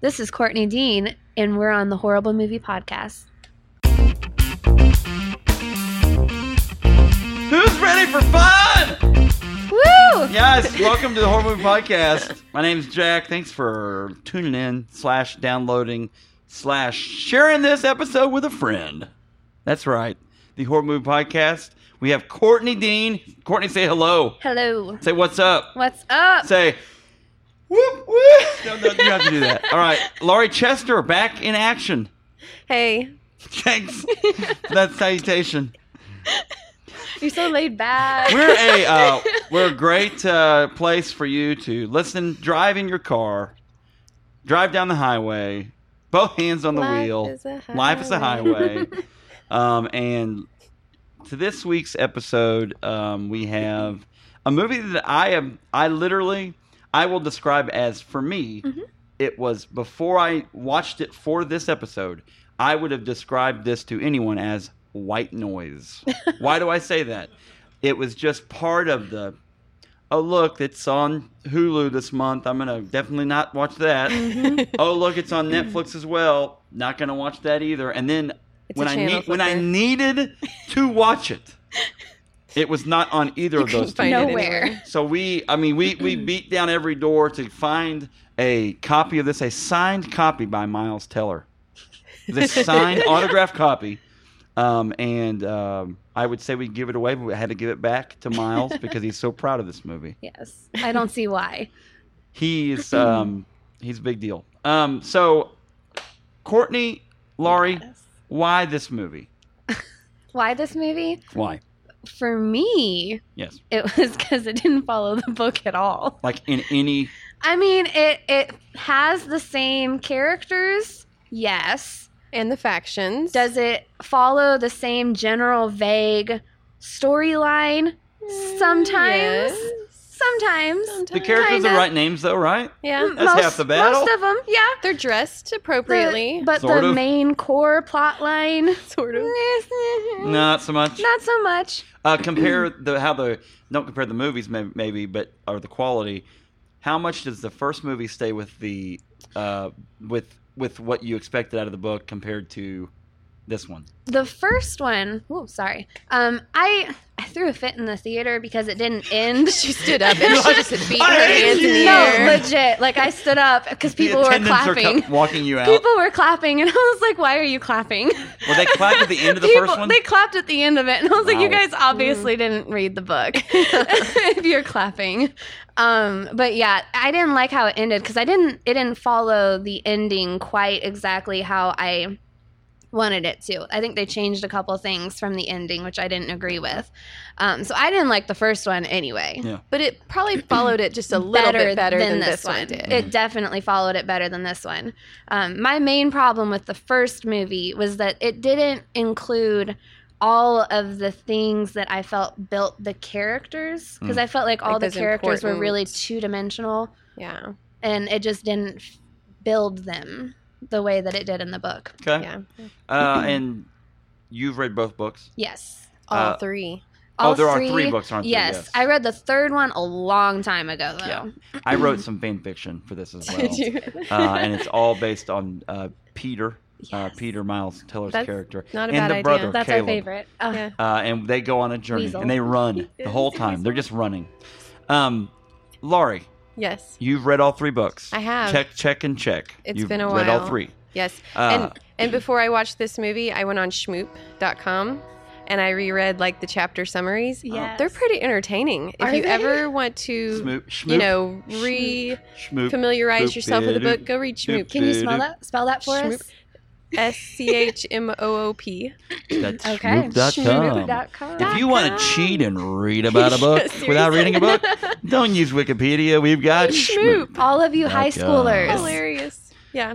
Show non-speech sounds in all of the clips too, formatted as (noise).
This is Courtney Dean, and we're on the Horrible Movie Podcast. Who's ready for fun? Woo! Yes, welcome to the Horror Movie (laughs) Podcast. My name's Jack. Thanks for tuning in, slash downloading, slash sharing this episode with a friend. That's right, the Horror Movie Podcast. We have Courtney Dean. Courtney, say hello. Hello. Say what's up. What's up? Say whoop whoop. No, no, you have to do that. All right, Laurie Chester back in action. hey, Thanks. for that salutation. you're so laid (laughs) back. we're a uh, we're a great uh, place for you to listen. Drive in your car, drive down the highway, both hands on the Life wheel. is a Life is a highway. (laughs) highway. um, and to this week's episode, um, we have a movie that I am I literally I will describe as for me. Mm-hmm. It was before I watched it for this episode. I would have described this to anyone as (laughs) white noise. Why do I say that? It was just part of the oh look, it's on Hulu this month. I'm gonna definitely not watch that. Mm-hmm. oh look, it's on Netflix as well. Not gonna watch that either. And then It's when a I channel need, when I flipper. needed to watch it, it was not on either of those. two. find it things. Nowhere. So we, I mean, we we beat down every door to find a copy of this, a signed copy by Miles Teller, the signed autographed copy. Um, and um, I would say we give it away, but we had to give it back to Miles because he's so proud of this movie. Yes. I don't see why. He's um, he's a big deal. Um, so Courtney, Laurie, Yes. why this movie? Why this movie? Why? For me, Yes, it was because it didn't follow the book at all. like in any I mean, it it has the same characters. Yes. And the factions. Does it follow the same general vague storyline? Mm, Sometimes. yes. Sometimes. Sometimes. the characters Kinda. are right names though, right? Yeah. That's half the battle. Most of (laughs) them, yeah. They're dressed The- appropriately. but Sort the of. main core plot (laughs) line, sort of. not Not so much. so much. Uh, compare the how the don't compare the movies may, maybe, but or the quality. How much does the first movie stay with the uh, with with what you expected out of the book compared to (laughs) this one? The first one, oh, sorry. Um, I I threw a fit in the theater because it didn't (laughs) end. (laughs) She stood up and she just had beat her I hate hands in the you. no, air. legit. Like I stood up because people the were attendants are clapping. co- walking you out. People were clapping, and I was like, "Why are you clapping?" (laughs) well, they clapped at the end of the People- first one. They clapped at the end of it, and I was like, "You Wow. guys obviously didn't read the book (laughs) if you're clapping." Um, but yeah, I didn't like how it ended because I didn't. It didn't follow the ending quite exactly how I wanted it to. I think they changed a couple things from the ending, which I didn't agree with. Um, so I didn't like the first one anyway. Yeah. But it probably followed it just a little bit better than, this one, did. Mm-hmm. It definitely followed it better than this one. Um, my main problem with the first movie was that it didn't include all of the things that I felt built the characters Mm. because I felt like all Like the those characters were important- really two dimensional yeah. and it just didn't f- build them the way that it did in the book. okay. Yeah. Uh, and you've read both books. Yes. All Uh, three. All oh, there are three books, aren't Yes. there? Yes, I read the third one a long time ago though. Yeah. (clears throat) I wrote some fan fiction for this (laughs) as well. (laughs) Did you? uh, and it's all based on uh, Peter, uh, Yes. Peter Miles Teller's That's character, not a and bad the idea. brother That's Caleb. our favorite. Oh, Yeah. Uh, and they go on a journey Weasel. and they run the (laughs) Yes, whole he's a time. They're just running. Um, Laurie, Yes. you've read all three books. I have. Check, check, and check. It's you've been a Read all while. three. Yes. Uh, and (clears throat) and before I watched this movie, I went on schmoop.com and I reread like the chapter summaries. Yes. They're pretty entertaining. If Are you they? ever want to Schmoop, schmoop, you know, re schmoop. familiarize Schmoop. yourself with the Schmoop. book, go read Schmoop. Can you spell that spell that for us? Schmoop. S C H M O O P. That's Okay. schmoop.com. If you want to cheat and (laughs) read about a book Yeah, without reading a (laughs) book, don't use Wikipedia. We've got Schmoop. (laughs) schmoop. All of you high Okay. schoolers, Hilarious. Yeah.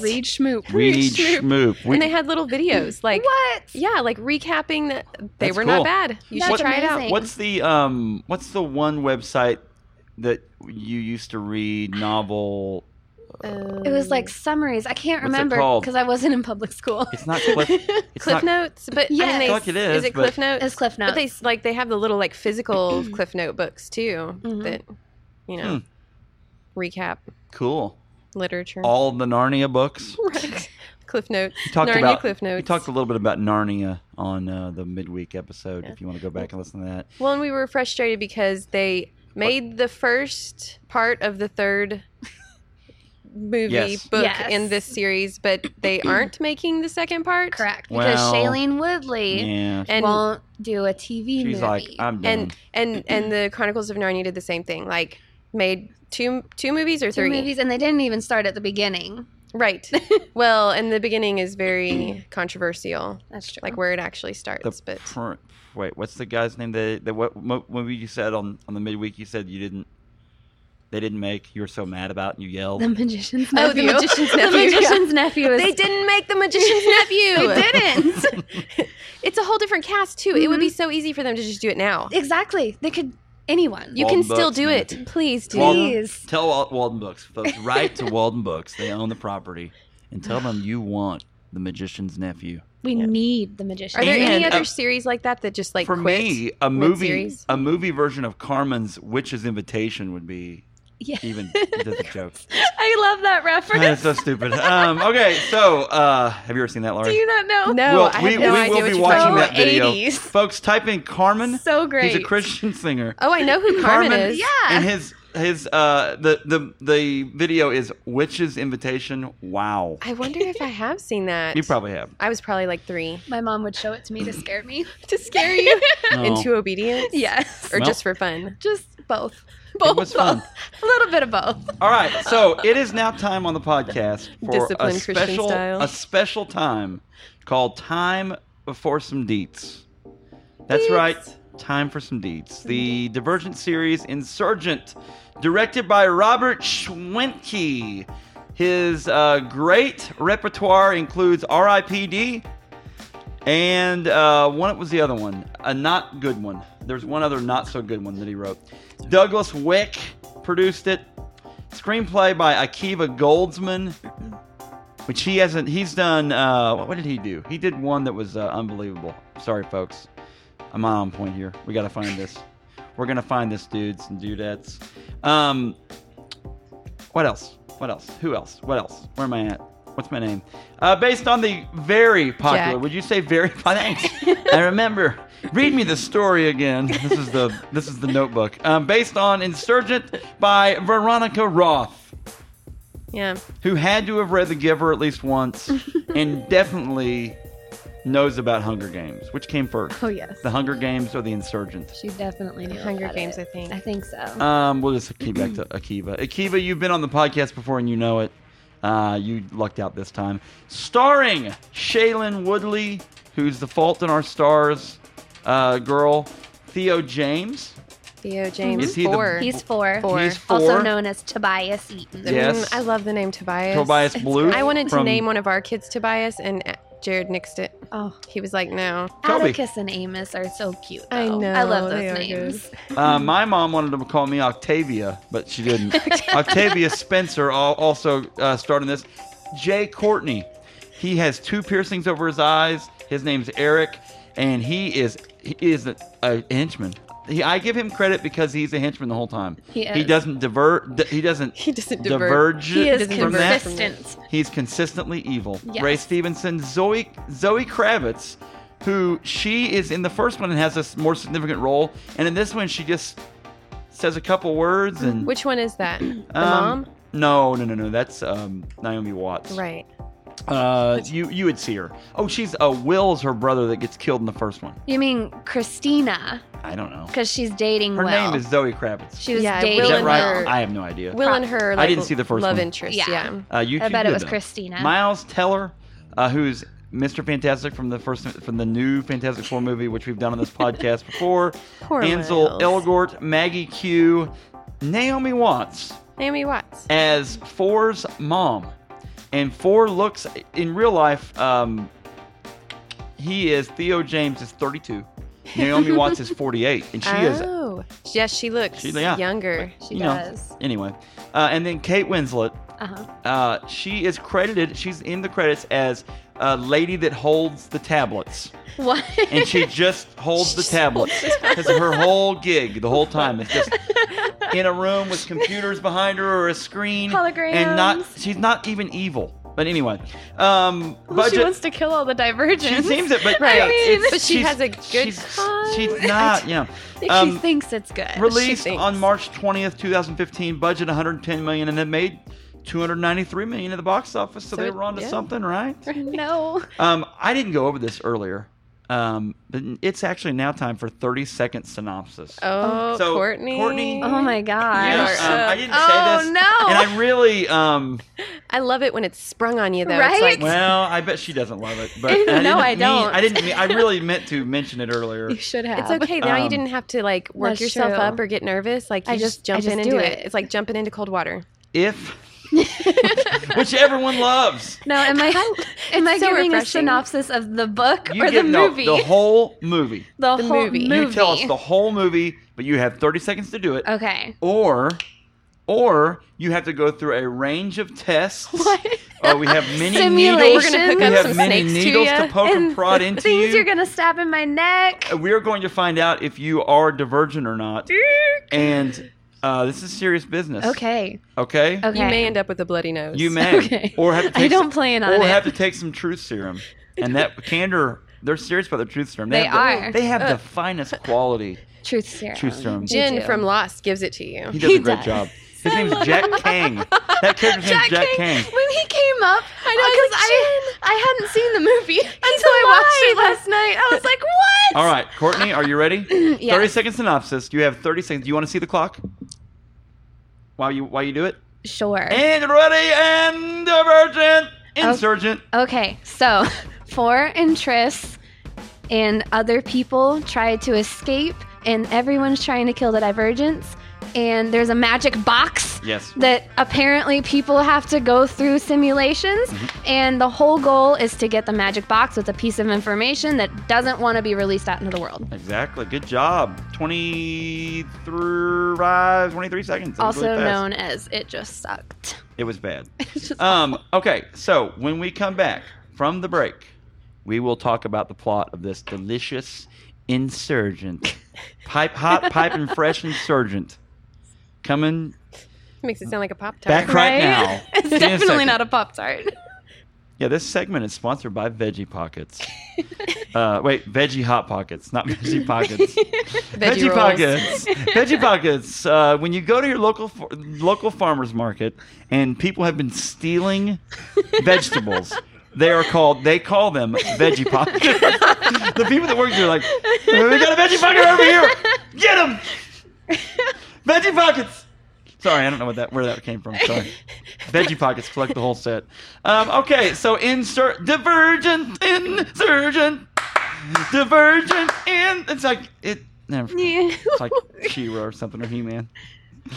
read Schmoop. Read Schmoop. schmoop. We- and they had little videos like what? yeah, like recapping that they That's were cool. not bad. You That's should try it out. amazing. What's the um? What's the one website that you used to read novel? It was like summaries. I can't What's it remember called? because I wasn't in public school. (laughs) It's not (laughs) Cliff. It's Cliff not, Notes, but I Yes. mean, they, Fuck it is, is it but- Cliff Notes? It's Cliff Notes. Mm-hmm. But they s- like they have the little like physical Cliff Note books too Mhm. Hmm. that you know recap. Cool. literature. all the Narnia books. Right. (laughs) Cliff notes. He talked Narnia about Cliff he notes. talked a little bit about Narnia on uh, the midweek episode. If you want to go back and listen to that, Well, and we were frustrated because they made the first part of (laughs) the third movie Yes. book Yes. in this series, but (clears throat) they aren't making the second part. Correct. Because Well, Shailene Woodley yeah, And won't do a TV she's movie. like, I'm done. and and and the Chronicles of Narnia did the same thing. Like made two two movies or Two three movies, and they didn't even start at the beginning. (laughs) Right. well, and the beginning is very controversial, That's true. like where it actually starts. the but pr- wait, what's the guy's name? That that what mo- movie you said on on the midweek? You said you didn't. They didn't make. You were so mad about. And you (laughs) yelled. the magician's nephew. Oh, The Magician's (laughs) The Nephew, yeah. magician's nephew is. they didn't make the Magician's (laughs) Nephew. They didn't. Mm-hmm. It's a whole different cast too. It would be so easy for them to just do it now. (laughs) exactly. They could anyone. You Walden can still Books, do man. it. Please do. Walden- Please. Tell Wal- Walden Books, folks. Write to Walden Books. They own the property, and tell them you want the magician's nephew. We Yeah. need the magician. Are there And, any other uh, series like that that just like For quit? me, a movie, mid-series? a movie version of Carmen's Witch's Invitation would be (laughs) Yeah. (laughs) even just a joke. I love that That's (laughs) reference. so (laughs) stupid. Um, okay, so uh, have you ever seen that, Laurie? Do you not know? No, Well, I we, have no we idea will what be you're watching talking that about. video. 80s. (laughs) Folks, type in Carmen. So great. He's a Christian singer. Oh, I know who Carmen, is. Yeah. And his his uh the the the video is Witch's Invitation. Wow. I wonder if I have seen that. You probably have. I was probably like three. My mom would show it to me to scare me. (laughs) To scare you No. (laughs) into obedience? (laughs) yes. Or Well- just for fun? Just both. Both. was fun. both. (laughs) A little bit of both. All right, so it is now time on the (laughs) podcast for a Disciplined Christian special style. a special time called Time Before Some Deets. That's right, time for some deets. The Divergent series Insurgent, directed by Robert Schwentke. His uh, great repertoire includes R.I.P.D. and uh, one was the other one, a not good one. There's one other not so good one that he wrote. Douglas Wick produced it. Screenplay by Akiva Goldsman, which he hasn't. He's done. Uh, what did he do? He did one that was uh, unbelievable. Sorry, folks. I'm on point here. We gotta find this. We're gonna find this, dudes and dudettes. Um, what else? What else? Who else? What else? Where am I at? What's my name? Uh, based on the very popular. Jack. Would you say very? (laughs) Thanks. I remember. Read me the story again. This is the this is the notebook. Um, based on Insurgent by Veronica Roth Yeah. who had to have read The Giver at least (laughs) once and definitely knows about Hunger Games. Which came first, Oh yes. The Hunger Games or The Insurgent? She definitely knew. Hunger about Games, it. I think. I think so. Um, we'll just keep back (clears throat) to Akiva. Akiva, you've been on the podcast before and you know it. Uh, you lucked out this time. Starring Shailene Woodley, who's the Fault in Our Stars uh, girl. Theo James. Theo James. Is he the- four. He's four. Four. He's Also four. known as Tobias Eaton. Mm, Yes. I love the name Tobias. Tobias Blue. I wanted to from- name one of our kids Tobias, and uh, Jared nixed it. Oh, He was like, no. Toby. Atticus and Amos are so cute. I though. know, I love they those are good. names. Uh, my mom wanted to call me Octavia, but (laughs) she didn't. Octavia Spencer al- also uh, starred in this. Jay Courtney, he has two piercings over his eyes. His name's Eric, and he is he is a, a henchman. He, I give him credit because he's a henchman the whole time. He is. doesn't divert. d- he doesn't. He doesn't divert. diverge. He is Doesn't from that. divert. consistent. He's consistently evil. Yes. Ray Stevenson, Zoe Zoe Kravitz, who she is in the first one and has a more significant role, and in this one she just says a couple words and Which one is that? The um, mom? No, no, no, no. That's um, Naomi Watts. Right. Uh, you you would see her. Oh, she's uh, Will's her brother that gets killed in the first one. You mean Christina? I don't know. Because she's dating Her Will. name is Zoe Kravitz. She was Yeah, dating is Will that and right? her. I have no idea. Will and her. I Like, didn't see the first love one. interest. Yeah. Yeah. Uh, you, I you bet it do was know. Christina. Miles Teller, uh, who's Mr. Fantastic from the first from the new Fantastic Four movie, which (laughs) we've done on this podcast before. Poor Ansel Miles. Elgort, Maggie Q, Naomi Watts Naomi Watts. as Four's mom, and Four looks in real life. Um, he is Theo James is 32. Naomi Watts (laughs) is 48, and she is oh. Yes, she looks She- yeah. younger. She you know. does. anyway. Uh, and then Kate Winslet, Uh-huh. uh, she is credited. She's in the credits as a lady that holds the tablets, What? and she just holds the tablets because her whole gig the whole time is just in a room with computers behind her or a screen and not Holograms. she's not even evil. But anyway, um, Well, budget. she wants to kill all the she divergents. seems it, but Right. (laughs) yeah, I mean- it's- But she she's- has a good she's, time. She's not, you know. she Um, thinks it's good. released thinks. on March 20th, 2015, budget 110 million and it made 293 million at the box office, so, So they it- were onto yeah. (laughs) something, right? no. Um, I didn't go over this earlier. Um, but it's actually now time for 30 second synopsis. Oh, So, Courtney. Courtney- Oh my god. Yes, You are um, up. I didn't oh say this. And no. I really, um, I love it when it's sprung on you, though. It's Right? like, well, I bet she doesn't love it. (laughs) But No, didn't I mean- don't. I didn't. Mean, (laughs) I really meant to mention it earlier. you should have. it's (laughs) okay. Now you Um, didn't have to like work That's yourself true. up or get nervous. Like you I just, just- jump I just in and do do it. it. It's like jumping into cold water. (laughs) If, which everyone loves, No, am (laughs) I am I so giving a refreshing. synopsis of the book you or the give no, movie? the whole movie. The The whole movie. movie. You tell us the whole movie, but you have 30 seconds to do it. Okay. Or or you have to go through a range of (laughs) tests. Uh, we have many Simulation. needles. We're gonna hook We up have some many snakes to needles to, ya, poke and prod into things you. are gonna stab in my neck. Uh, we are going to find out if you are divergent or not. And uh, this is serious business. Okay. Okay. Okay. You may end up with a bloody nose. You (laughs) may, Okay. or have to take I don't some, plan on or it. have to take some truth serum, and (laughs) that candor. They're serious about the truth serum. They have the- are. Uh. they have the finest quality Truth serum. truth serum. They Jin do. from Lost gives it to you. He does He a great does. job. His name's Jack Kang. That character's name's Jack, Jack King. Kang. When he came up, I know, I was because I, like, I hadn't seen the (laughs) movie until I watched it last night. I was like, what? All right, Courtney, are you ready? Yeah. 30 second synopsis. You have 30 seconds. Do you want to see the clock? While you while you do it? Sure. And ready and divergent. Insurgent. Okay, so (laughs) four interests and other people try to escape, and everyone's trying to kill the divergence. And there's a magic box Yes. that apparently people have to go through simulations, Mm-hmm. and the whole goal is to get the magic box with a piece of information that doesn't want to be released out into the world. Exactly. Good job. 23, 23 seconds. That was Also really fast. known as It Just Sucked. (laughs) It was bad. um, okay, so when we come back from the break, we will talk about the plot of this delicious insurgent, pipe hot, pipe and fresh insurgent, coming Makes it sound like a pop back tart. right, now. (laughs) It's In a definitely second. not a Pop Tart. Yeah, this segment is sponsored by Veggie Pockets. uh, wait, Veggie Hot Pockets, not Veggie Pockets. Veggie, rolls. pockets. Veggie pockets. Uh, when you go to your local fa- local farmers market and people have been stealing vegetables, they are called. They call them veggie pockets. (laughs) the people that work there are like, we got a veggie pocket over here. Get them. Veggie pockets. Sorry, I don't know what that where that came from. Sorry. Veggie pockets collect the whole set. Um, okay, so insert divergent insurgent divergent in. It's like it. Never. Yeah. It's like She-Ra or something or He-Man.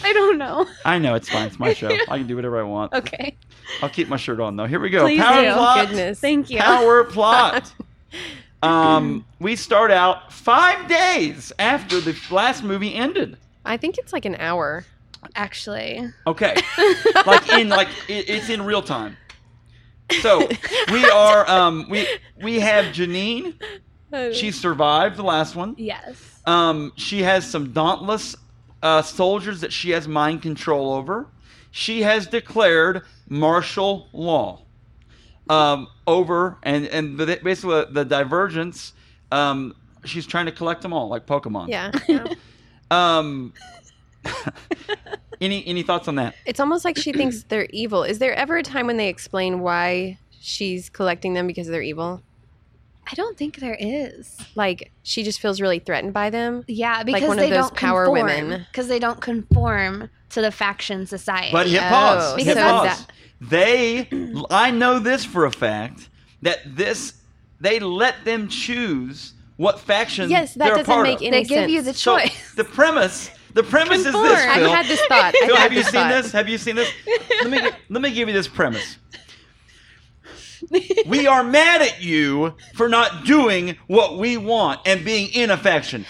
I don't know. (laughs) I know it's fine. It's my show. I can do whatever I want. Okay. I'll keep my shirt on though. Here we go. Please Power do. plot. Goodness. Thank you. (laughs) Power plot. Um, we start out five days after the last movie ended. I think it's like an hour. (laughs) Actually. Okay, like in like it, it's in real time. So we are um we we have Janine. She survived the last one. Yes. Um, she has some dauntless uh, soldiers that she has mind control over. She has declared martial law um, over, and and the- basically the, divergence. Um, she's trying to collect them all, like Pokemon. (laughs) Yeah. Um, (laughs) any any thoughts on that? It's almost like she thinks they're evil. Is there ever a time when they explain why she's collecting them because they're evil? I don't think there is. Like she just feels really threatened by them. Yeah, because Like one of they those don't power conform, women. Because they don't conform to the faction society. But hit Oh, pause. Hit because that's- pause. They, I know this for a fact that this they let them choose what faction. Yes, that they're a doesn't part make of. any they give you the sense. So choice. the premise, the premise is this. Conform. Phil. I've had this thought. I've Phil, had have you this seen thought. this? Have you seen this? Let me let me give you this premise. we are mad at you for not doing what we want and being in a faction.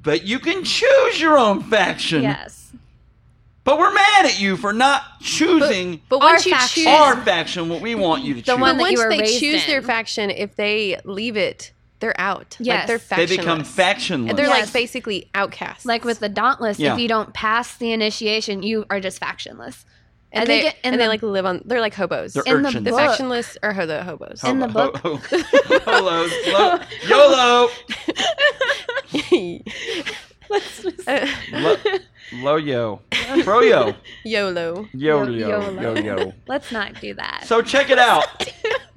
But you can choose your own faction. yes. But we're mad at you for not choosing But Our once you faction. choose, our faction, what we want you to The choose. one but that you once were they raised choose their in. faction, if they leave it they're out. Yes. Like They they're They factionless. become factionless. They're Yes. like basically outcasts. Like with the Dauntless, Yeah. if you don't pass the initiation, you are just factionless. I and they think it- in and they the- like live on. They're like hobos. They're They're, in the urchins. book- factionless or ho- the hobos. In the Ho- ho- (laughs) ho- Holos. Lo- YOLO. Let's (laughs) just- Uh, Lo- Loyo. Froyo. (laughs) YOLO. Yo, Yo- yo, yo, YOLO. yo. let's not do that. So check it out.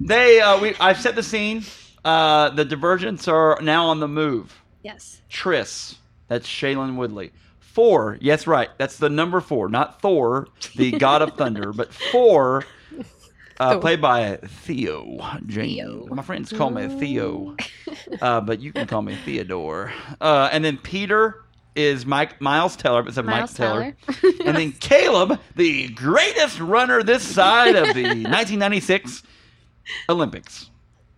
They, uh, we, I've set the scene. Uh, the Divergents are now on the move. yes. Triss. That's Shaylin Woodley. Four. Yes, right. That's the number four, not Thor, the god of thunder, but four, uh, Thor. played by Theo Jane. My friends call me Theo, uh, but you can call me Theodore. Uh, and then Peter is Mike Miles Teller. but It's a Miles Mike Teller. Teller. (laughs) and then Caleb, the greatest runner this side of the 1996 Olympics.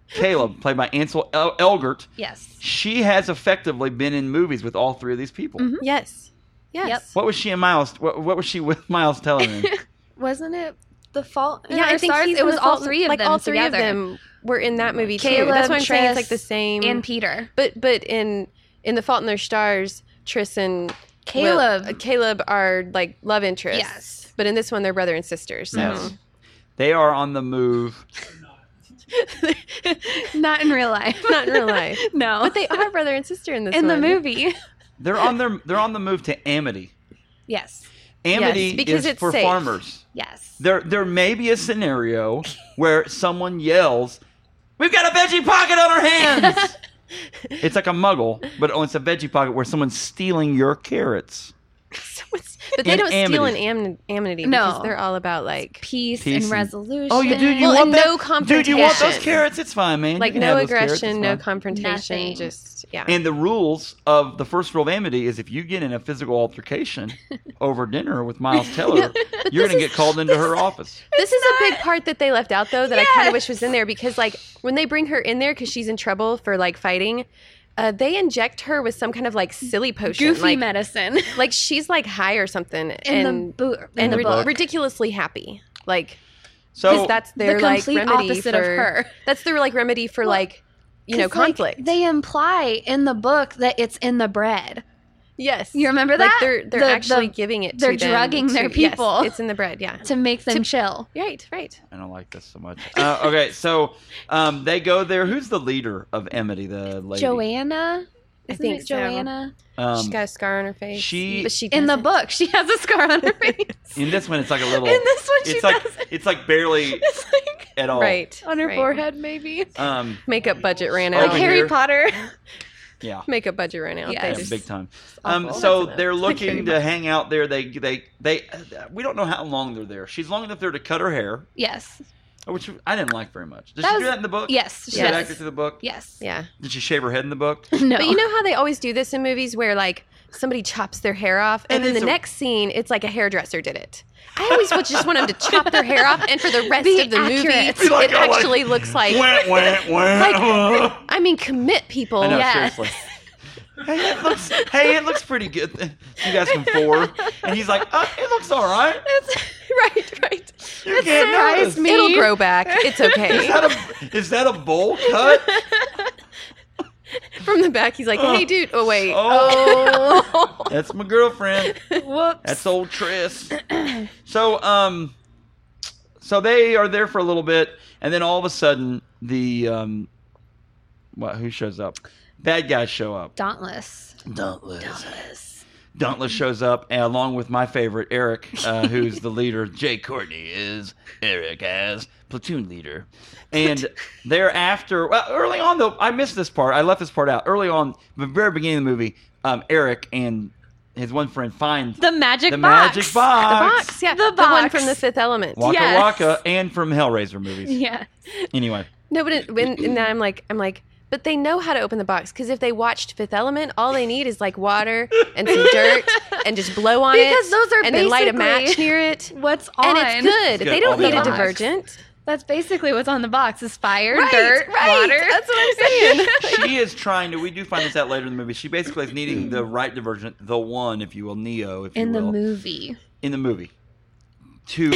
Caleb, played by Ansel El- Elgert Yes. she has effectively been in movies with all three of these people. Mhm. Yes. Yes. What was she in Miles? What, what was she with (laughs) Miles telling him? Wasn't it the fault? in Yeah, Our I think Stars? he's it in was the all fault- three of like them all three together. of them were in that movie too. Caleb, That's what I'm saying. It's like the Triss, same. and Peter. but but in in the Fault in Their Stars, Triss and Will- Caleb. uh, Caleb are like love interests. Yes. But in this one, they're brother and sister. So. Yes. They are on the move. (laughs) Not in real life. (laughs) Not in real life. (laughs) no. But they are brother and sister in this in the one. movie. They're on their they're on the move to Amity. Yes. Amity Yes, because is it's for safe. farmers. Yes. There there may be a scenario where someone yells, "We've got a veggie pocket on our (laughs) hands." it's like a muggle, but oh, it's a veggie pocket where someone's stealing your carrots. (laughs) But they In don't steal in Amity. am- Amity No. because they're all about like peace, Peace and- and resolution. Oh, you do you Well, want and that? no Dude, you want those confrontation. carrots? It's fine, man. You like can no have those carrots. aggression, It's no fine. confrontation, Nothing. just yeah. And the rules of the first rule of amity is if you get in a physical altercation (laughs) over dinner with Miles Teller, you're going to get called into her office. this is a big part that they left out though that I kind Yes. of wish was in there because like when they bring her in there because she's in trouble for like fighting, uh, they inject her with some kind of like silly potion, goofy like (laughs) medicine in like she's like high or something, the and book. In and the ri- rid- book. ridiculously happy, like because So that's their the like complete remedy opposite for of her. that's their like remedy for Well, like you know 'Cause, like, conflict. they imply in the book that it's in the bread. yes, You remember that? Like they're they're The- actually the- giving it. they're to them drugging their to- yes, people. it's in the bread. Yeah. to make them chill. Right. Right. I don't like this so much. Uh, okay, so um, they go there. Who's the leader of Amity? The lady. Joanna, I Isn't think it so. Joanna. Um, She's got a scar on her face. she- but she In the (laughs) doesn't. book, she has a scar on her (laughs) face. (laughs) in this one, it's like a little. in this one, she it's like doesn't. it's like barely It's like at all. right on her right. forehead, maybe. Um, Makeup budget ran Over out. Like Harry here. (laughs) Potter. yeah. Makeup budget ran out. Yeah, They Yeah, just- big time. awful. Um, That's so enough. they're Like looking Harry to hang out there. They, they, they. we don't know how long they're there. She's long enough there to cut her hair, Yes. which I didn't like very much. Did That she do was- that in the book? Yes. Did She she does. act it to the book? Yes. Yeah. Did she shave her head in the book? (laughs) No. But you know how they always do this in movies where like somebody chops their hair off and, And then it's the a- next scene it's like a hairdresser did it. I always would just want them to chop their hair off and (laughs) for the rest Be of the accurate. movie Be like, it oh, like- actually looks like Wah, wah, wah. I mean commit people. I know, yeah. seriously. Hey it, looks, hey, it looks pretty good. (laughs) You guys from four. And he's like, uh, it looks all right. It's, (laughs) right. Right. You It can't surprised notice. me. It'll grow back. It's (laughs) Is okay. that, a, is that a bowl cut? From the back he's like, "Hey dude, oh wait. (laughs) Oh, that's my girlfriend. (laughs) Whoops. That's old Tris. So, um, so they are there for a little bit, and then all of a sudden, the um, what? Who shows up? Bad guys show up. Dauntless. Dauntless. Dauntless. Dauntless shows up, and along with my favorite Eric, (laughs) uh, who's the leader. Jay Courtney is Eric as platoon leader, (laughs) and thereafter, well, early on though, I missed this part. I left this part out early on, the very beginning of the movie. Um, Eric and his one friend find The magic the box. magic The box, box, yeah. The one box. from the Fifth Element. Waka Yes. Waka, and from Hellraiser (laughs) (laughs) movies. Yeah. Anyway, No, but it, when and then I'm like, I'm like, but they know how to open the box because if they watched Fifth Element, all they need is like water (laughs) and some dirt and just blow on it Because those are and then light a match basically near (laughs) it. What's on? And it's good. Good, They all don't the need a box. divergent. That's basically what's on the box: is fire, Right, dirt, right. water. That's what I'm (laughs) saying. she is trying to. We do find this out later in the movie. She basically is needing the right divergent, the one, if you will, Neo, if you In the will, movie, (laughs) in the movie to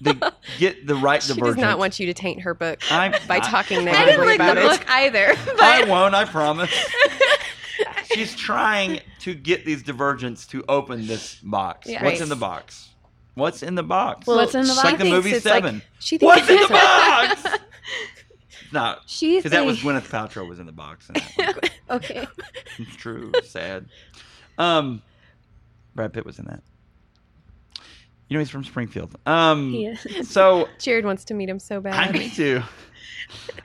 the, get the Uh, right She does divergence. not want you to taint her book I, by I- talking I didn't negatively like about the it. book either, (laughs) (laughs) I but won't. I promise. She's trying to get these divergents to open this box. Yeah. What's Right. in the box? What's in the box? Well, What's in the It's box? Like the She thinks movie it's like- Seven. She thinks What's in the it's like- box? no, she because that was thinks- Gwyneth Paltrow was in the box. In that one. (laughs) (laughs) okay. It's true. Sad. Um, Brad Pitt was in that. You know he's from Springfield. Um, Yeah. so Jared wants to meet him so bad. I (laughs) need to.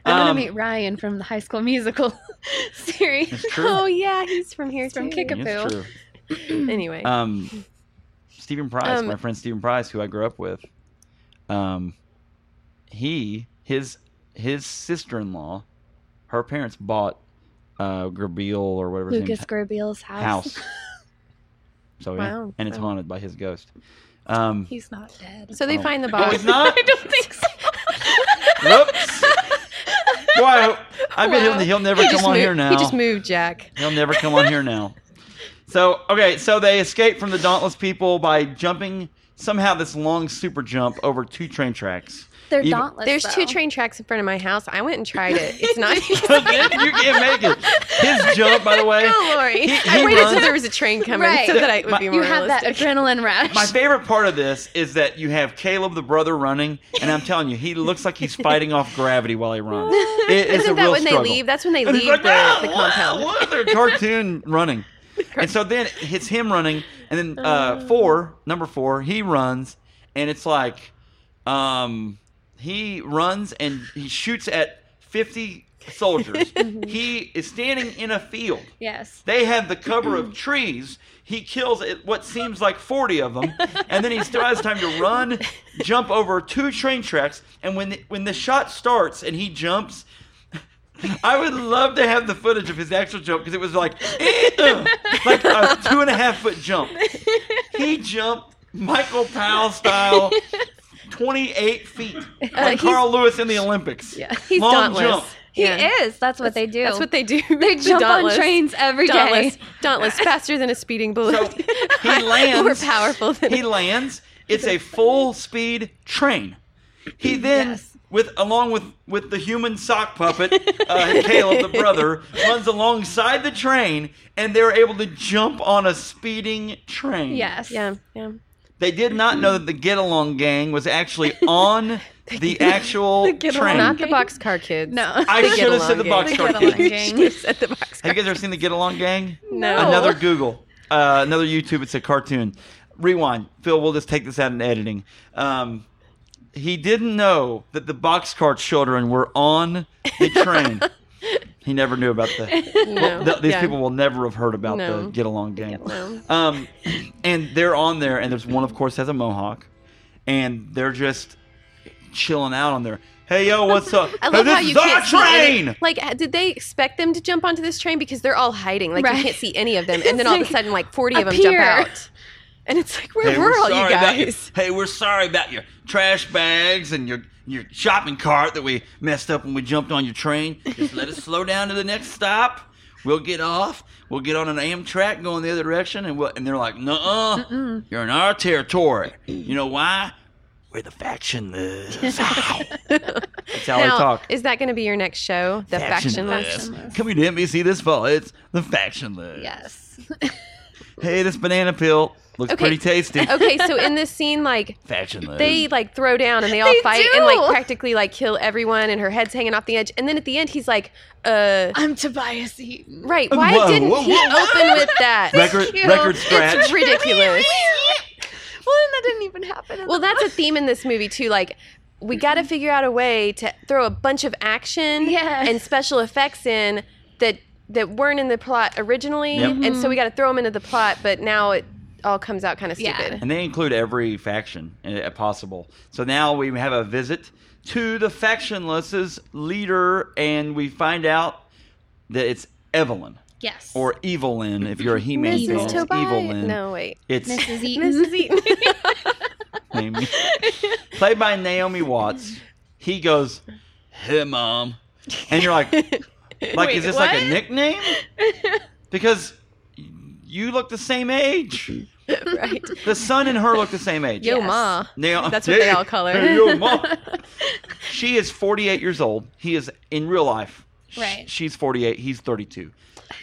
I'm gonna Um, meet Ryan from the High School Musical (laughs) series. It's true. (laughs) oh yeah, he's from here He's from too. Kickapoo. It's true. Anyway, Um, Stephen Price, Um, my friend Stephen Price, who I grew up with, um, he his his sister in law, her parents bought uh, Grabil or whatever his name Lucas is, Grabiel's house. (laughs) house. so yeah, Wow. and it's Oh. haunted by his ghost. Um, He's not dead. so they oh. find the oh, box. he's (laughs) not. I don't think (laughs) so. Whoops. Wow, I bet Wow. he'll, he'll never (laughs) he come just on moved, here now. He just moved, Jack. He'll never come on here now. So okay, so they escape from the Dauntless people by jumping somehow this long super jump over two train tracks. They're Even- dauntless. There's two though. train tracks in front of my house. I went and tried it. (laughs) It's not. (laughs) you can't make it. His jump, by the way. Go, Lori. He- I he waited runs- until there was a train coming Oh, Right. so that I would My- be more You have that realistic. adrenaline rush. My favorite part of this is that you have Caleb the brother running, and I'm telling you, he looks like he's fighting off gravity while he (laughs) runs. It- it's a Isn't that real when struggle. they leave? That's when they And he's leave like, the, "Ah, the wow, compound. What? They're (laughs) cartoon running. And so then it's him running, and then uh, four, number four, he runs, and it's like, um, he runs and he shoots at fifty (laughs) soldiers. Mm-hmm. he is standing in a field. yes. They have the cover of trees. He kills it- what seems like 40 of them, and then he still has time to run, jump over two train tracks. And when the, when the shot starts and he jumps, (laughs) I would love to have the footage of his actual jump because it was like eh, uh, like a two and a half foot jump. He jumped Michael Powell style. 28 feet. Like Uh, he's- Carl Lewis in the Olympics. Yeah, he's Long dauntless. jump. He Yeah. is. That's what they do. That's what (laughs) they do. they The jump dauntless- on trains every day. Dauntless, dauntless, faster than a speeding So (laughs) bullet. he lands. More powerful than he lands. It's a full speed train. He then, Yes. with along with with the human sock puppet, uh, Caleb the brother, runs alongside the train, and they're able to jump on a speeding train. Yes. Yeah, yeah. They did not know that the Get Along Gang was actually on the actual The Get Along train. Not Not the the boxcar kids. No. I The should have Get said the Along Gang. boxcar The Get Along kid. Gang. (laughs) you just said the boxcar. Have you guys ever seen the Get Along Gang? No. Another Oh. Google. Uh, another YouTube. It's a cartoon. Rewind. Phil, we'll just take this out in editing. Um, he didn't know that the boxcar children were on the (laughs) train. he never knew about that. No. Th- these Yeah. people will never have heard about No. the Get Along Gang. No. Um, and they're on there, and there's one, of course, has a mohawk, and they're just chilling out on there. Hey, yo, what's up? I love hey, this how you is our can't see train! any, like uh, did they expect them to jump onto this train because they're all hiding like you Right. can't see (laughs) any of them and then all of a It's like, sudden like 40 of them appear. jump out and it's like where Hey, were all you sorry about your- (laughs) guys hey, we're sorry about your trash bags and your your shopping cart that we messed up when we jumped on your train. Just let (laughs) us slow down to the next stop. We'll get off. We'll get on an Amtrak going the other direction, and we'll, and they're like, "Nuh-uh, you're in our territory." You know why? We're the (laughs) factionless. That's how they now, talk. is that going to be your next show the factionless Come here to NBC this fall. It's the factionless. Yes. Hey, this banana peel looks Okay. pretty tasty. okay so in this scene like Factionless. they like throw down and they all They fight do. and like practically like kill everyone and her head's hanging off the edge and then at the end he's like uh I'm Tobias (laughs) Eaton. right why Whoa, didn't whoa, he whoa. open with that record cute. record It's scratch. it's ridiculous (laughs) Well, then that didn't even happen. in Well, the that's a theme in this movie too. Like, we got to figure out a way to throw a bunch of action Mm-hmm. Yes. and special effects in that that weren't in the plot originally, Yep. and so we got to throw them into the plot. But now it all comes out kind of Mm-hmm. Yeah. stupid. And they include every faction uh, possible. So now we have a visit to the factionless's leader, and we find out that it's Evelyn yes. or Evelyn. If (laughs) you're a He-Man Mrs. fan, it's Tobias- Evelyn. No, wait. It's (laughs) Mrs. Eaton. Mrs. Eaton. (laughs) (laughs) Naomi- played by Naomi Watts. He goes, "Hey, mom," and you're (laughs) like, "Like, Wait, is this like a what? nickname?" Because you look the same age. right. The son and her look the same age. Yo, Yes. ma. Now, That's what they all call her. Yo, (laughs) ma. She is 48 years old. He is in real life. sh- Right. She's 48. He's 32.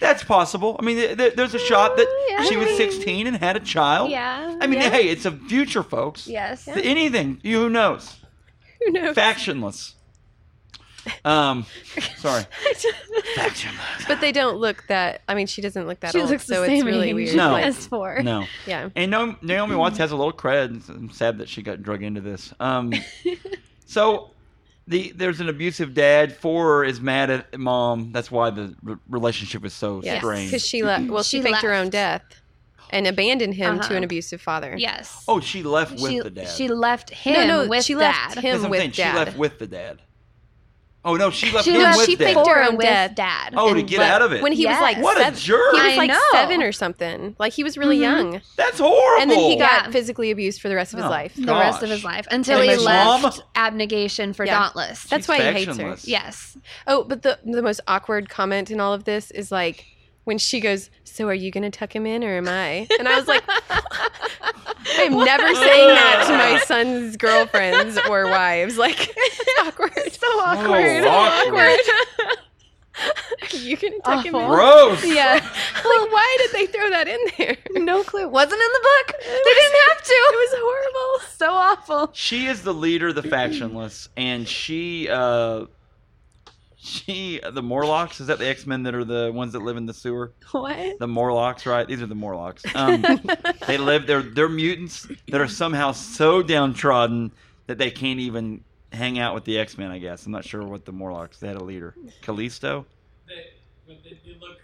That's possible. I mean, th- th- there's a shot that Oh, Yeah, she I was mean- 16 and had a child. yeah. I mean, yeah. hey, it's a future, folks. Yes. Th- Anything. You who knows? Who knows? (laughs) Factionless. Um, sorry. Factionless. But they don't look that. I mean, she doesn't look that She old, looks so the same it's really age weird. No. Like, as four. No. yeah. And Naomi, Naomi Watts has a little cred. and I'm sad that she got drug into this. Um, so the there's an abusive dad. Four is mad at mom. That's why the re- relationship is so Yes. strange. Because she left. Well, she, She faked her own left. death and abandoned him Uh-huh. to an abusive father. Yes. oh, she left with she, the dad. she left him No, no, with she dad. left him That's what I'm with saying. dad. She left with the dad. Oh no, she left She him left- with she dad. faked her Or own with death. dad. Oh, to And get left- out of it. When he was Yes. like what seven, a jerk! he was I like know. seven or something. Like he was really Mhm. young, That's horrible. and then he got Yeah. physically abused for the rest of his Oh. life. The Gosh. rest of his life until And he his left mom- abnegation for Yeah. Dauntless. That's She's why he hates her. factionless. yes. Oh, but the the most awkward comment in all of this is like when she goes, "So are you going to tuck him in, or am I?" And I was like, (laughs) "I'm never saying that to my son's girlfriends or wives." Like, it's awkward. Oh, So awkward. awkward. Are (laughs) you going to tuck him in? Awful. (laughs) Gross. Yeah. (laughs) like, why did they throw that in there? No clue. Wasn't in the book. They didn't have to. It was horrible. So (laughs) awful. she is the leader of the factionless and she uh she the morlocks is that the x-men that are the ones that live in the sewer What? the morlocks right these are the morlocks um (laughs) (laughs) they live they're they're mutants that are somehow so downtrodden that they can't even hang out with the x-men i guess i'm not sure what the morlocks they had a leader callisto They, but they, they look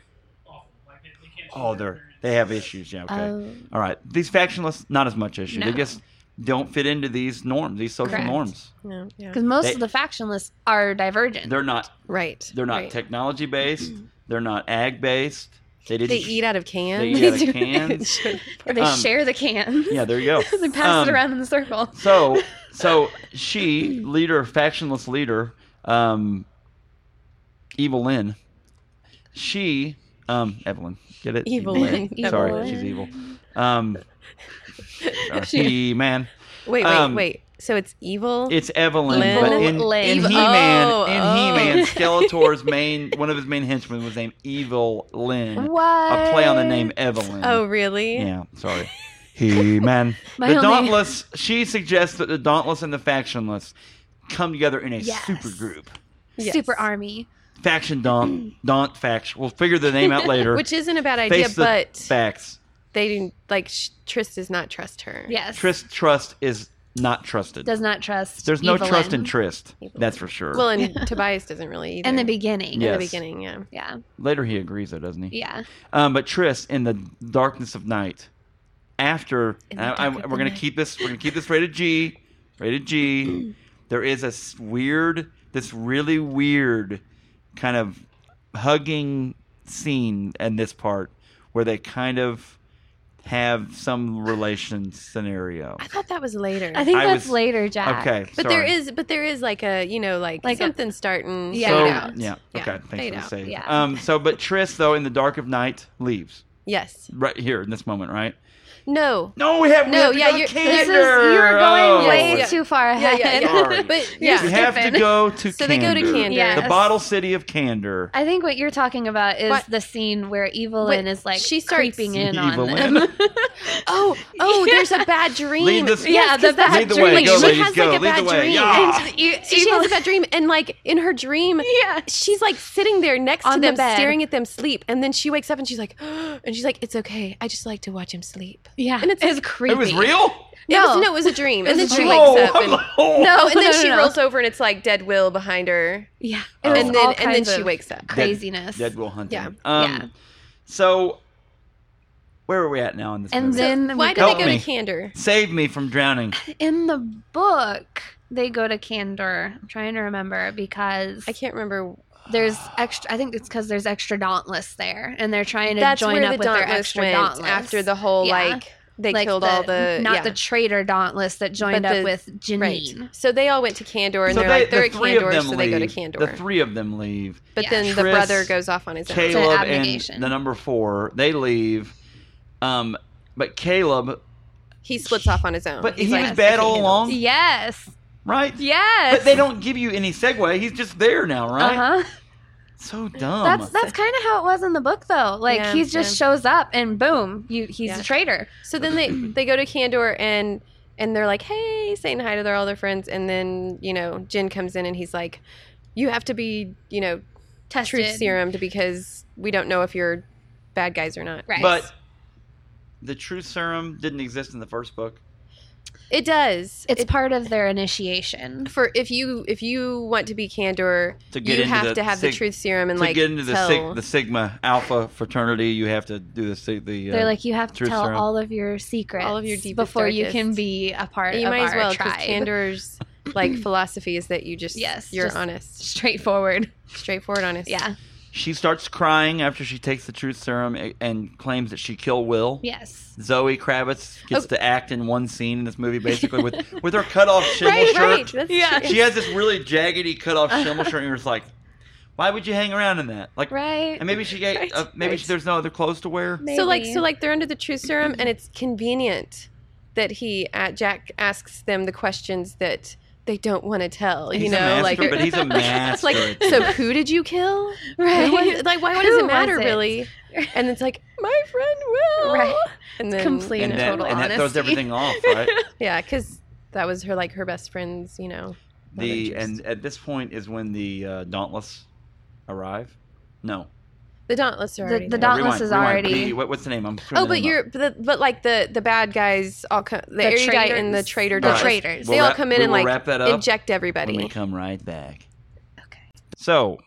awful. Like they, they can't. show oh their they're parents. they have issues yeah okay Um, all right these factionless not as much issue they Oh. No. just don't fit into these norms these social Correct. norms No, yeah. Because most They- of the factionless are divergent. they're not Right. They're not right. technology based. They're not ag based. They didn't. They eat out of cans. They eat out (laughs) of cans. Or they um, share the cans. yeah, there you go. (laughs) they pass Um, it around in the circle. So, so she leader, factionless leader, um, evil Lynn. She, um, Evelyn, get it? Evil Lynn. Sorry, Evil she's Lynn. evil. Um, She- he man. Wait, wait, Um, wait. So it's evil. It's Evelyn, Lynn? but in, Lynn. in Evil- He-Man, oh, in oh. He-Man, Skeletor's main one of his main henchmen was named Evil Lynn. What? A play on the name Evelyn. oh, really? Yeah, sorry. He man. the My only- Dauntless. She suggests that the Dauntless and the Factionless come together in a Yes. super group. Yes. Super Army. Faction Daunt, Daunt Faction. We'll figure the name out later. Which isn't a bad idea, Face the but facts. they didn't like sh- Trist does not trust her. Yes. Trist Trust is not trusted. Does not trust. There's no Evelyn. trust in Trist. Evelyn. That's for sure. Well, (laughs) and Tobias doesn't really either. in the beginning. In Yeah. the Yes. beginning, yeah. Yeah. later he agrees, though, doesn't he? Yeah. Um, but Trist, in the darkness of night, after In the I, dark I, of we're the gonna night. keep this, we're gonna keep this rated G, rated (clears throat) G. there is a s- weird, this really weird kind of hugging scene in this part where they kind of have some relation scenario. I thought that was later. I think I that's was- later, Jack. Okay, but sorry. there is, but there is like a you know like, Like a- something starting. Yeah, so, fade out. yeah, Yeah, okay, thanks fade for the out, save. yeah. Um, so, but Trist though, in the dark of night, leaves Yes. right here in this moment, right? No. No, we haven't. No, we yeah, have to go you're- to this This is, Kinder. you are going Oh. way Yeah. too far Yeah, ahead. yeah, Sorry. yeah. (laughs) but yeah. We have to skipping. go to So they Candor. go to Candor. Yes. The bottle city of Candor. (laughs) I think what you're talking about is What? the scene where Evelyn Wait, is like she she starts- creeping in on Evelyn. them. (laughs) Oh, oh, there's a bad dream. Lead (laughs) the- Yeah, the 'cause bad Lead the way, dream. go, She ladies, has, go. like, a Lead the bad way. dream. Yeah. And E- she has a Evelyn- bad dream, and like in her dream, Yeah. she's like sitting there next On to the them, bed. staring at them sleep, and then she wakes up and she's like, (gasps) and she's like, "It's okay, I just like to watch him sleep." (laughs) Yeah. and it's, It's like, creepy. It was real. It was, No. no, it was (laughs) a dream, It and then was she a dream. Whoa, wakes up. (laughs) And, (laughs) hello. No, no, and then no, no, she no. rolls over, and it's like dead will behind her, Yeah. Oh. It was and then all and then kinds she of wakes up. craziness. Dead will hunt. Yeah. him. Um, Yeah. So, where are we at now in this? And movie? then Why we did they Help go go me. to Candor? save me from drowning. in the book. They go to Candor. I'm trying to remember because I can't remember. there's extra. I think it's because there's extra Dauntless there, and they're trying to That's join where up the with their Dauntless extra went Dauntless after the whole Yeah. like they Like killed all the not yeah. the traitor Dauntless that joined But up the- with Right. Janine. So they all went to Candor, (laughs) and so they're they, like, they're the at three Candor, of them so they leave. go to Candor. The three of them leave. but Yeah. then the Tris, brother goes off on his own. To Caleb and abnegation. the number four, they leave. Um, But Caleb, He splits off on his own. but He's he like, was "I bad can all handle along, Yes. right? Yes. But they don't give you any segue. He's just there now, right? Uh-huh. So dumb. That's that's kind of how it was in the book though. Like Yeah, he just shows up and boom, you he's Yeah. a traitor. this." So then (clears throat) they they go to Candor and and they're like, "Hey, saying hi to their all their friends." And then you know, Jin comes in and he's like, "You have to be you know Tested. truth serum because we don't know if you're bad guys or not." Right. But the truth serum didn't exist in the first book. It does. it's It- part of their initiation. for if you if you want to be Candor, To get you into have the to have sig- the truth serum and to like get into the, tell. sig- the Sigma Alpha fraternity, you have to do the sig- the. Uh, They're like you have to truth tell serum. all of your secrets All of your deepest, before you darkest. can be a part you of might as our well because tribe. Candor's (laughs) like philosophy is that you just Yes, you're just- honest, Straightforward. (laughs) straightforward, honest. Yeah. she starts crying after she takes the truth serum a- and claims that she killed Will. Yes. Zoe Kravitz gets Oh. to act in one scene in this (laughs) movie, basically with with her cut off shimmel right, shirt. right. That's Yeah. (laughs) true. She has this really jaggedy cut (laughs) off shimmel shirt, and you're just like, why would you hang around in that? Like, Right. and maybe she gave, Right, uh, maybe right. she, there's no other clothes to wear. Maybe. So like so like they're under the truth serum and it's convenient that he at Jack asks them the questions that they don't want to tell. He's you a know, master, (laughs) like but he's a It's master. like, at so this. who did you kill? right. (laughs) Who was- like, (laughs) why, why does Who it was matter, it? (laughs) really? And it's like, my friend Will. Right. And then, Complete you and, know, then, total and that throws honesty. everything off, (laughs) right? Yeah, because that was her, like, her best friend's, you know. love the interest. and at this point is when the uh, Dauntless arrive. No, The Dauntless are The- already the there. Daunt- Dauntless rewind, is rewind. already- The- what, what's the name? I'm screwing Oh, the but name you're up. but, but like the the bad guys all come the, erudite and the traitor The All right. Dauntless, traitors. they We'll all wrap- come in we and will like wrap that up inject everybody. when we come right back. Okay. So,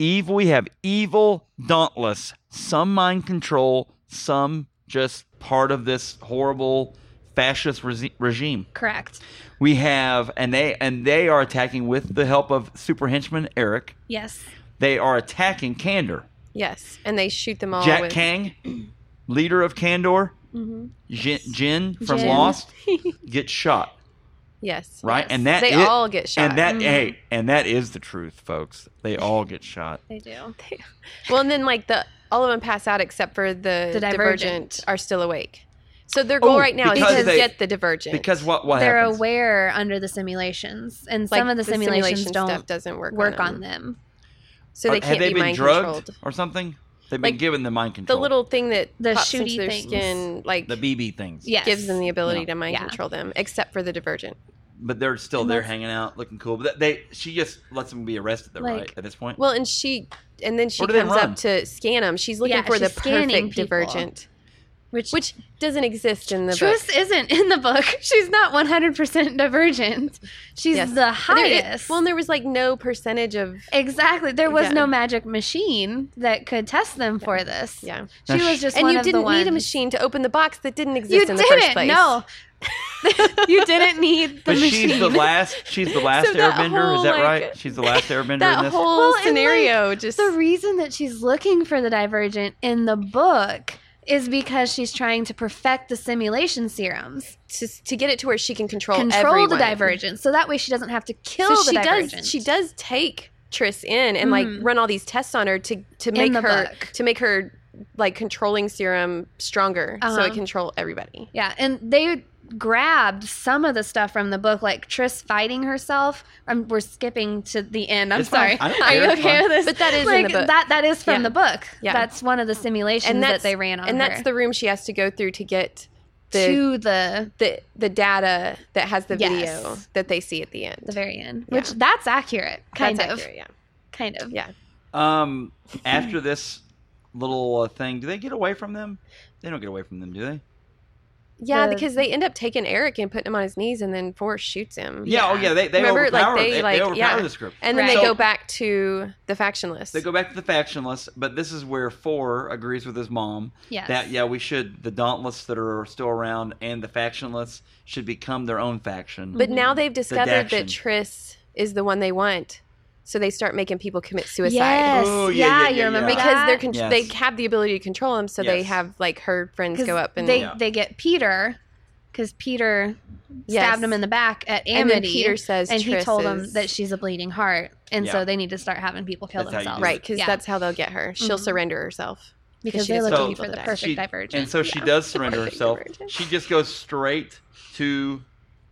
Eve, we have evil, dauntless, some mind control, some just part of this horrible fascist resi- regime. Correct. We have, and they and they are attacking with the help of super henchman Eric. Yes. They are attacking Candor. Yes, and they shoot them all. Jack Oh, with, (clears throat) Kang, leader of Candor, Mhm. Jin, Jin from Jin. (laughs) Lost, gets shot. Yes, Right, yes. and that they it- all get shot. Mm-hmm. And that Mhm. hey, and that is the truth, folks. They all get shot. They do. well, and then like the all of them pass out except for the, The divergent. divergent. are still awake. So their goal Oh, right now is because to they- get the divergent Because what what They're happens? aware under the simulations, and Like, some of the, simulations simulation don't stuff doesn't work work on, on them. them. so they Are- can't have they be been mind drugged controlled. or something? They've been Like, given the mind The control. little thing that The pops into shooty their things. skin like the BB things. Yes. gives them the ability Yeah. to mind Yeah. control them, except for the divergent. But they're still And there that's- hanging out, looking cool. But they she just lets them be arrested though, right? Like- At this point. Well, and she and then she Or do they comes run? up to scan them. She's looking Yeah, for the she's scanning perfect people. divergent, Which, which doesn't exist in the book. Tris isn't in the book. (laughs) She's not 100% divergent. She's Yes. the And there- it- highest. well, and there was like no percentage of exactly. There was Yeah. no magic machine that could test them for this. yeah. She Now was sh- just and one you of the didn't need a ones- machine to open the box that didn't exist You in didn't. the first place. (laughs) No. you didn't (laughs) need the but machine. she's the last she's the last (laughs) So that airbender, is whole, that like, right? She's the (laughs) last airbender in That this. whole Well, and, like, scenario just the reason that she's looking for the divergent in the book is because she's trying to perfect the simulation serums. to, to get it to where she can control control everyone. the divergent so that way she doesn't have to kill So the she divergent. does she does take Triss in and Mhm. like run all these tests on her to to make the her book. to make her like controlling serum stronger so Uh-huh. it control everybody. Yeah, and they grabbed some of the stuff from the book, like Triss fighting herself. Um, we're skipping to the end. I'm It's sorry. fine. I Are you don't care. It's okay fine. with this? But that is in like the book. that. That is from Yeah. the book. Yeah. That's one of the simulations And that that's- they ran on and that's her the room she has to go through to get the to the the the data that has the Yes. video that they see at the end. the very end, Yeah. which that's accurate, kind That's of, accurate, yeah. kind of. Yeah. Um after Hmm. this little uh, thing, do they get away from them? They don't get away from them, do they? Yeah, The- because they end up taking Eric and putting him on his knees, and then Force shoots him. Yeah, oh yeah, they they Remember, like, overpower they, they, like, they overpower yeah. this group. And then Right. they So- go back to the factionless. They go back to the factionless, but this is where Four agrees with his mom Yes. that yeah, we should the Dauntless that are still around and the factionless should become their own faction. but now they've discovered that Mm-hmm. Daction. Triss is the one they want, so they start making people commit suicide. Yes. Oh, yeah, yeah, yeah, You yeah, remember yeah. Because that? they're con- Yes. they have the ability to control him, so they Yes. have like her friends 'Cause go up and they Yeah. they get Peter because Peter Yes. stabbed him in the back at Amity. and then Peter says and he Triss told them is- that she's a bleeding heart, and Yeah. so they need to start having people kill That's how you themselves. do it. right because Yeah. that's how they'll get her. She'll Mhm. surrender herself. because she they're doesn't looking want for the people to die. perfect She- divergent. And so she Yeah. does (laughs) surrender herself. Divergent. She just goes straight to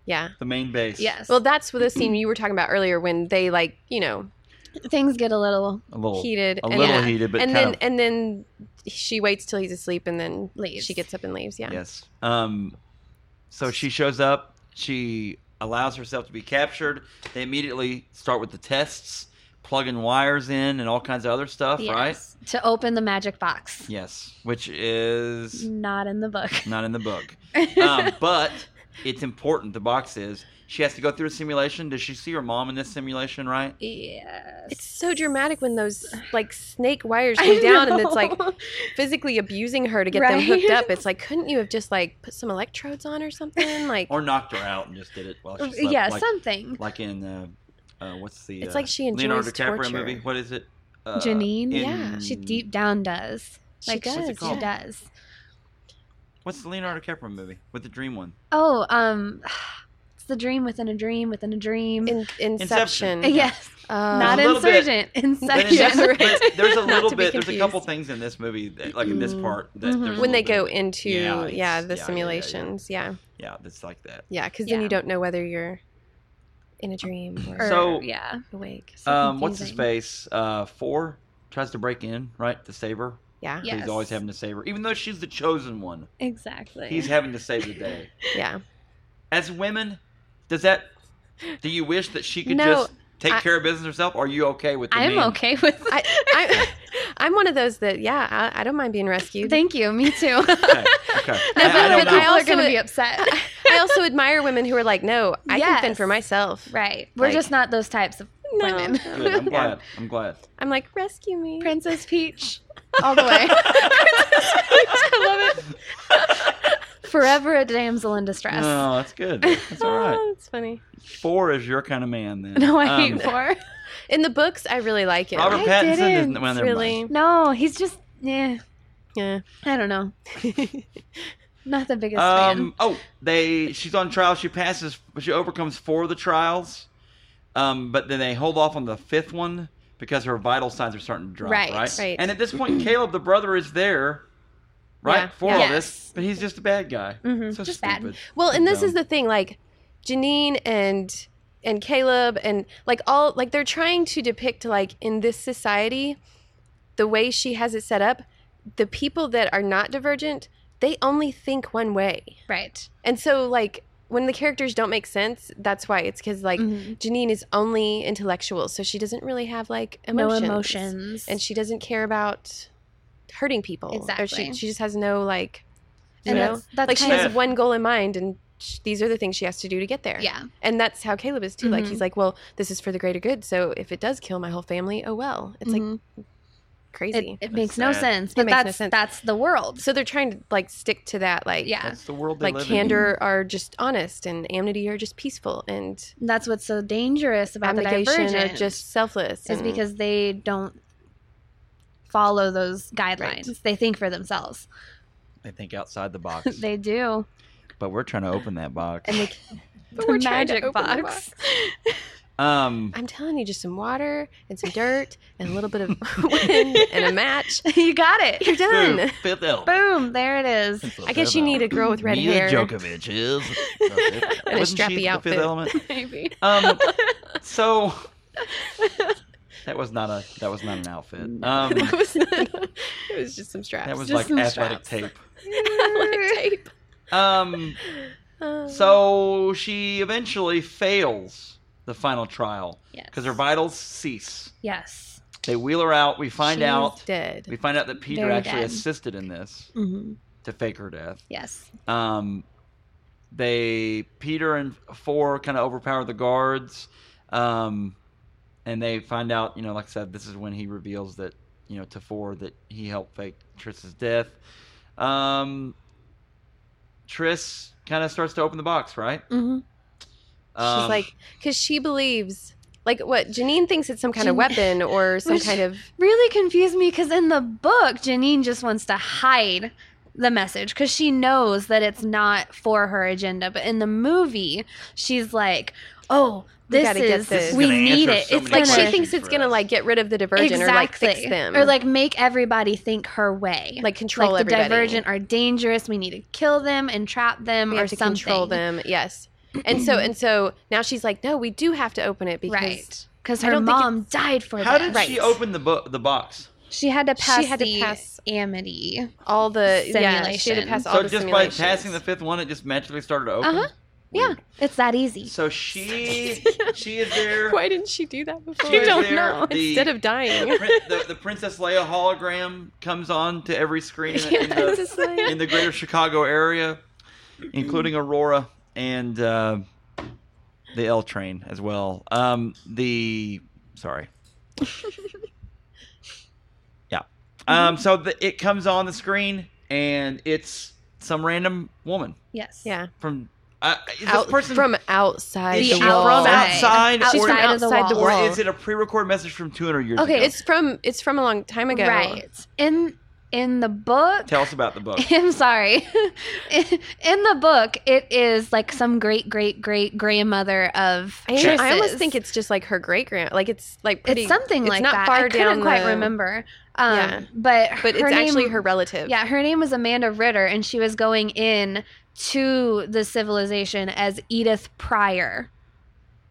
Yeah. the main base. Yes. Well, that's the scene you were talking about earlier when they like you know things get a little A little, heated a and little then, heated, but and kind then of and then she waits till he's asleep and then Leaves. she gets up and leaves. Yeah. Yes. Um, so she shows up. She allows herself to be captured. They immediately start with the tests, plugging wires in, and all kinds of other stuff. Right? yes, to open the magic box. Yes. Which is Mm. Not in the (laughs) book. not in the (laughs) book, um, but it's important. The box is. She has to go through a simulation. Does she see her mom in this simulation? Right? yes. It's so dramatic when those like snake wires (laughs) I come down and it's like know. physically abusing her to get them Right? hooked up. It's like, couldn't you have just like put some electrodes on or something? Like, Or knocked her out and just did it while Uh, she slept. yeah, Like, something. like in uh, uh, what's the? It's uh, like she enjoys Leonardo DiCaprio torture. movie. What is it? Uh, Mm. Janine. yeah, She deep down does. She Like does, she called? does. What's the Leonardo DiCaprio movie with the dream one? Oh, um, (sighs) it's the dream within a dream within a dream. in, Inception. (laughs) Inception. yes, Uh, not a little bit- insurgent. But Inception. in this- Inception. but there's a (laughs) Not little to be bit. There's a couple confused. things in this movie, that, like in this Mhm. part, that there's a when they little go bit- into Yeah, yeah, it's- yeah, yeah, the yeah, yeah. simulations. Yeah, yeah, that's like that. yeah, because Yeah. then you don't know whether you're in a dream or (laughs) Or- So- yeah, awake. So um, what's um, his confusing. face? Uh, four tries to break in, right? To save her. Yeah, Yeah. He's always Yes. having to save her, even though she's the chosen one. exactly. He's having to save the day. yeah. As women, does that? Do you wish that she could No, just take I- care of business herself? Or are you okay with? The I'm man? okay with. I, I, (laughs) I'm one of those that yeah, I, I don't mind being (laughs) rescued. Thank you. Me (laughs) too. Okay. (laughs) okay. I I, I feel don't like know. people are also- going to be upset. I also admire women who are like, no, I can fend for Yes. myself. right. We're Like- just not those types of women. Good. (laughs) I'm glad. I'm glad. I'm like, rescue me. Princess Peach, all the (laughs) way. I love it. (laughs) Forever a damsel in distress. No, that's good. That's all right. That's funny. Four is your kind of man, then. No, I Um, hate (laughs) four. In the books, I really like it. Robert I Pattinson isn't didn't well, never really. mind. No, he's just yeah. (laughs) Yeah. I don't know. Not the biggest fan. Um, oh, they. She's on trial. She passes. She overcomes four of the trials, um, but then they hold off on the fifth one because her vital signs are starting to drop. Right. Right, right. And at this point, Caleb, the brother, is there, right, Yeah, for yeah. all this, but he's just a bad guy. Mhm, So just bad. stupid. Well, and this Dumb. is the thing, like Janine and and Caleb and like all like they're trying to depict like in this society, the way she has it set up, the people that are not divergent, they only think one way. Right. And so like when the characters don't make sense, that's why it's cuz like Mhm. Janine is only intellectual, so she doesn't really have like No emotions. emotions. and she doesn't care about hurting people. Or Exactly. she she just has no like, you And know, that's, that's like she kind has of- one goal in mind, and sh these are the things she has to do to get there. yeah. and that's how Caleb is too. Like Mhm. Mm-hmm. he's like, well, this is for the greater good. So if it does kill my whole family, oh well. It's like Mm-hmm. Mhm. crazy. it, it makes no sad. sense. But makes no that's sense. that's the world. so they're trying to like stick to that, like Yeah. That's the world they Like live candor are just honest, and amity are just peaceful, and That's what's so dangerous about the abnegation are divergent. just selfless. is and- because they don't follow those guidelines. They think for themselves. in. They think outside the box, (laughs) They do. but we're trying to open that box. (laughs) And they But the we're trying to magic open box. the um, I'm telling you, just some water and some dirt and a little bit of (laughs) wind and a match. (laughs) you got it. You're done. (laughs) Dude, fifth element. Boom. There it is. I guess you need a girl with red Mila hair. Djokovic (laughs) is. And a Wasn't she strappy the outfit. Fifth (laughs) Element. Maybe. Um, (laughs) so that was not a that was not an outfit. Um, it, was (laughs) not- it was just some straps. that was Just like some athletic straps. tape. (laughs) Like tape. Um, Uh, so she eventually fails the final trial Yes. because her vitals cease. Yes. They wheel her out. We find she's out. dead. We find out that Peter Very actually dead. assisted in this Mm-hmm. to fake her death. Yes. Um, they Peter and four kind of overpower the guards, um, and they find out. You know, like I said, this is when he reveals that you know to four that he helped fake Triss's death. Um, Triss kind of starts to open the box, right? Mm-hmm. Um, She's like, because she believes, like, what Janine thinks it's some kind of Jan- weapon (laughs) or some Which- kind of. Really confused me because in the book, Janine just wants to hide the message because she knows that it's not for her agenda. But in the movie, she's like, "Oh, This gotta get is this. we This is gonna need answer it. so it's many Like gonna, she questions. thinks it's for gonna us. like get rid of the divergent or like fix them or like make everybody think her way. like control like the everybody. divergent are dangerous. We need to kill them, entrap them, we or have to something. control them. Yes. And so and so now she's like, no, we do have to open it because right? Because I her don't think mom died for How that. did she Right. open the bo- the box? She had to She pass had to the pass- Amity. all the yeah she had Simulation. to pass all So the just by passing simulations. the fifth one, it just magically started to open. Uh-huh. Weird. It's that easy. So (laughs) she she is there. Why didn't she do that before? she (laughs) is don't there, know. The, Instead (laughs) of dying. (laughs) Prin- the, the Princess Leia hologram comes on to every screen in, in the, Princess Leia. (laughs) in the greater Chicago area, including Aurora and uh, the L train as well. Um, the (laughs) sorry. yeah. Um, so the, it comes on the screen and it's some random woman Yes. yeah. from uh, is this Out, person from outside The the, outside. wall. from outside, She's or, from Outside of the outside the wall. or wall. is it a pre-recorded message from 200 years Okay, ago? It's from it's from a long time ago. Right. In in the book. Tell (laughs) us about the (laughs) book. I'm sorry. (laughs) In the book, it is like some great great great grandmother of I, I almost Tris's. think it's just like her great grand, like it's like pretty, it's something it's like not that. Far I couldn't down quite the- remember. Um, Yeah. but but it's her name- actually her relative. Yeah, her name was Amanda Ritter, and she was going in to the civilization as Edith Pryor.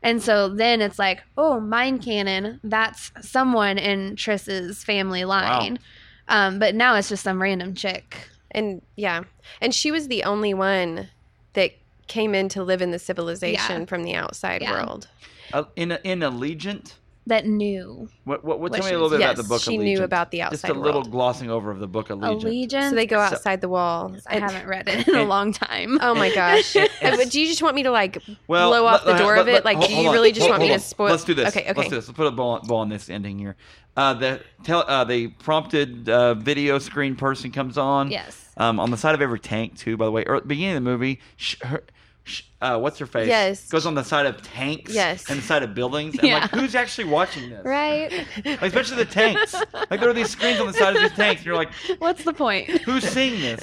And so then it's like, oh, mine cannon. That's someone in Triss's family line. Um, but now it's just some random chick. and yeah, and she was the only one that came in to live in the civilization from the outside Yeah. world. Uh, in in Allegiant, that knew what what, what tell What she me a little was- bit yes, about the book she Allegiant. knew about the outside Just a little world. glossing over of the book Allegiant. allegiance. So they go So- outside the wall. I And- haven't read it in a and- long time. Oh my (laughs) gosh! It's- Uh, but Do you just want me to like Well, blow off let- the door let- of it? let- Like, hold- do hold you on. really just Hold- want me hold to on. spoil? Let's do this. Okay, okay. Let's do this. Let's put a ball, ball on this ending here. Uh, the tell uh, the prompted uh, video screen person comes on. (laughs) Yes. Um, on the side of every tank too. By the way, or at the beginning of the movie, sh- her, sh- uh, what's her face? Yes. Goes on the side of tanks. Yes. And the side of buildings. And Yeah. like, who's actually watching (laughs) this? Right? Like, especially the tanks. Like there are these screens on the side of these tanks, and you're like, What's the point? who's seeing (laughs) this?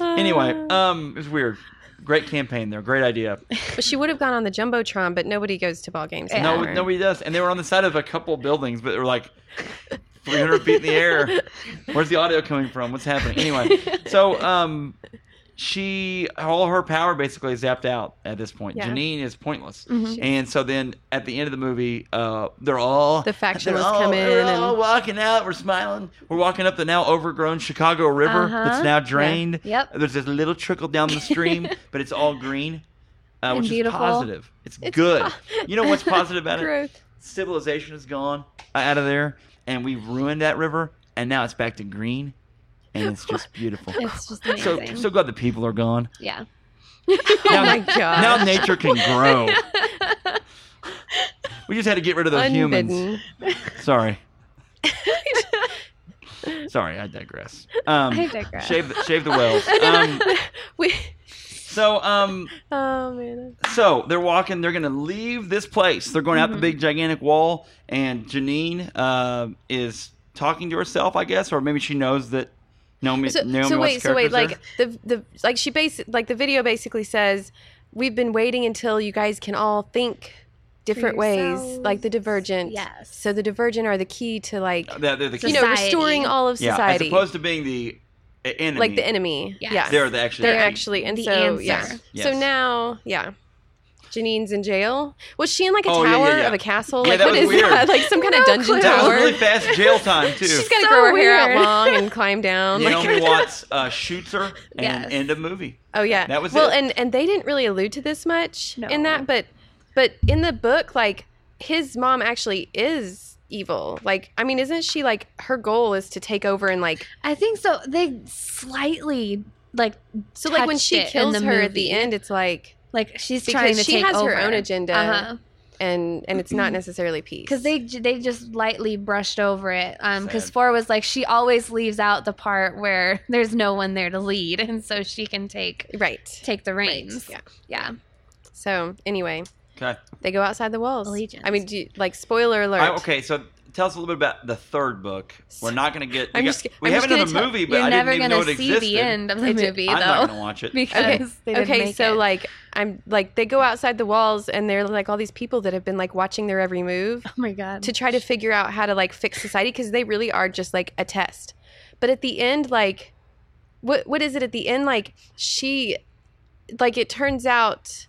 anyway, um, it's weird. Great campaign there. Great idea. But she would have gone on the jumbotron, but nobody goes to ball games. No, anymore. nobody does. And they were on the side of a couple buildings, but they were like 300 feet in the air. Where's the audio coming from? What's happening? Anyway, so um, she all her power basically is zapped out at this point. Yeah. Mm-hmm. Janine is pointless, Mhm. and so then at the end of the movie, uh, they're all The factionalists they're all- come They're in and- all walking out. We're smiling. We're walking up the now overgrown Chicago River Uh-huh. that's now drained. Yep. There's this little trickle down the (laughs) stream, but it's all green. Uh, And which beautiful. is positive. It's, good. you know (laughs) what's positive about it? growth. civilization is gone uh, out of there, and we've ruined that river, and now it's back to green, and (laughs) it's just beautiful. It's just so amazing. so glad the people are gone. yeah. Now, Oh my now Uh, god! nature can (laughs) grow. We just had to get rid of those humans. Unbidden. (laughs) Sorry. Sorry, I digress. Um, I digress. Shave the, shave the wells. (laughs) Um, We- so um, oh man. So they're walking. They're going to leave this place. They're going out Mm-hmm. the Mhm. big gigantic wall, and Janine uh, is talking to herself, I guess, or maybe she knows that Naomi. So, Naomi so Watts' wait, so wait, character's there. like the the like she basi- like the video basically says, we've been waiting until you guys can all think different ways, like yourselves. the divergent. Yes. So the divergent are the key to like They're- they're the you know Society. restoring all of Uh, yeah, society, as opposed to being the e- enemy. like the enemy. Yes. Yeah. They're the actually. They're the enemy. actually and The so yeah. answer. Yes. So now yeah. Janine's in jail. Was she in like a Oh, yeah, yeah, tower yeah. of a castle? Yeah, like that what was is weird. that? Like some kind No of dungeon clue. That was tower? really fast (laughs) jail time too. She's gotta So grow her hair weird. out long (laughs) and climb down. like- (laughs) Naomi Watts uh, shoots her and Yes. end of movie. Oh yeah, That was well, it. and and they didn't really allude to this much in No. that, but but in the book, like his mom actually is evil. Like I mean, isn't she like her goal is to take over and like I think so. They slightly like so like when Touched she it in kills her the at the movie. end, it's like like she's Because trying to she take has her over. own agenda. Uh-huh. and and it's not necessarily peace because Mm-hmm. they j- they just lightly brushed over it. Um, because Sad. four was like she always leaves out the part where (laughs) there's no one there to lead, and so she can take right. take the Right, reins. Yeah. Yeah, So anyway, Okay. they go outside the walls. Allegiance. I mean, do you, like spoiler alert. I- okay. So tell us a little bit about the third book. We're not going to get. We, I'm got- just ki- we I'm have just another gonna tell- movie, but You're I never didn't even know gonna it see existed. the end of the I did- movie, I'm though, (laughs) not going to (laughs) watch it. because Okay. they didn't okay, make so it. like I'm like they go outside the walls and they're like all these people that have been like watching their every move oh my god, to try to figure out how to like fix society because they really are just like a test. But at the end, like, what what is it at the end? Like she, like it turns out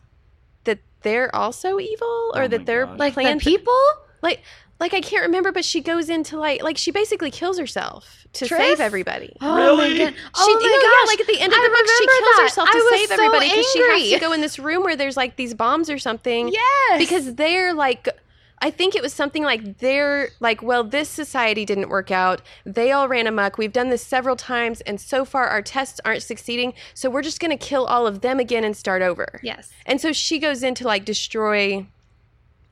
that they're also evil or Oh my that they're gosh. like the plans- people. like I can't remember, but she goes into like like she basically kills herself to Triff? save everybody. Oh Really? my, god. She, oh my no, gosh! yeah, like at the end of I the book, she remember kills that. herself I to was save so everybody she has angry. to go in this room where there's like these bombs or something. yes, Because they're like, I think it was something like they're like, well, this society didn't work out. They all ran amok. We've done this several times, and so far our tests aren't succeeding. So we're just going to kill all of them again and start over. yes, And so she goes in to like destroy,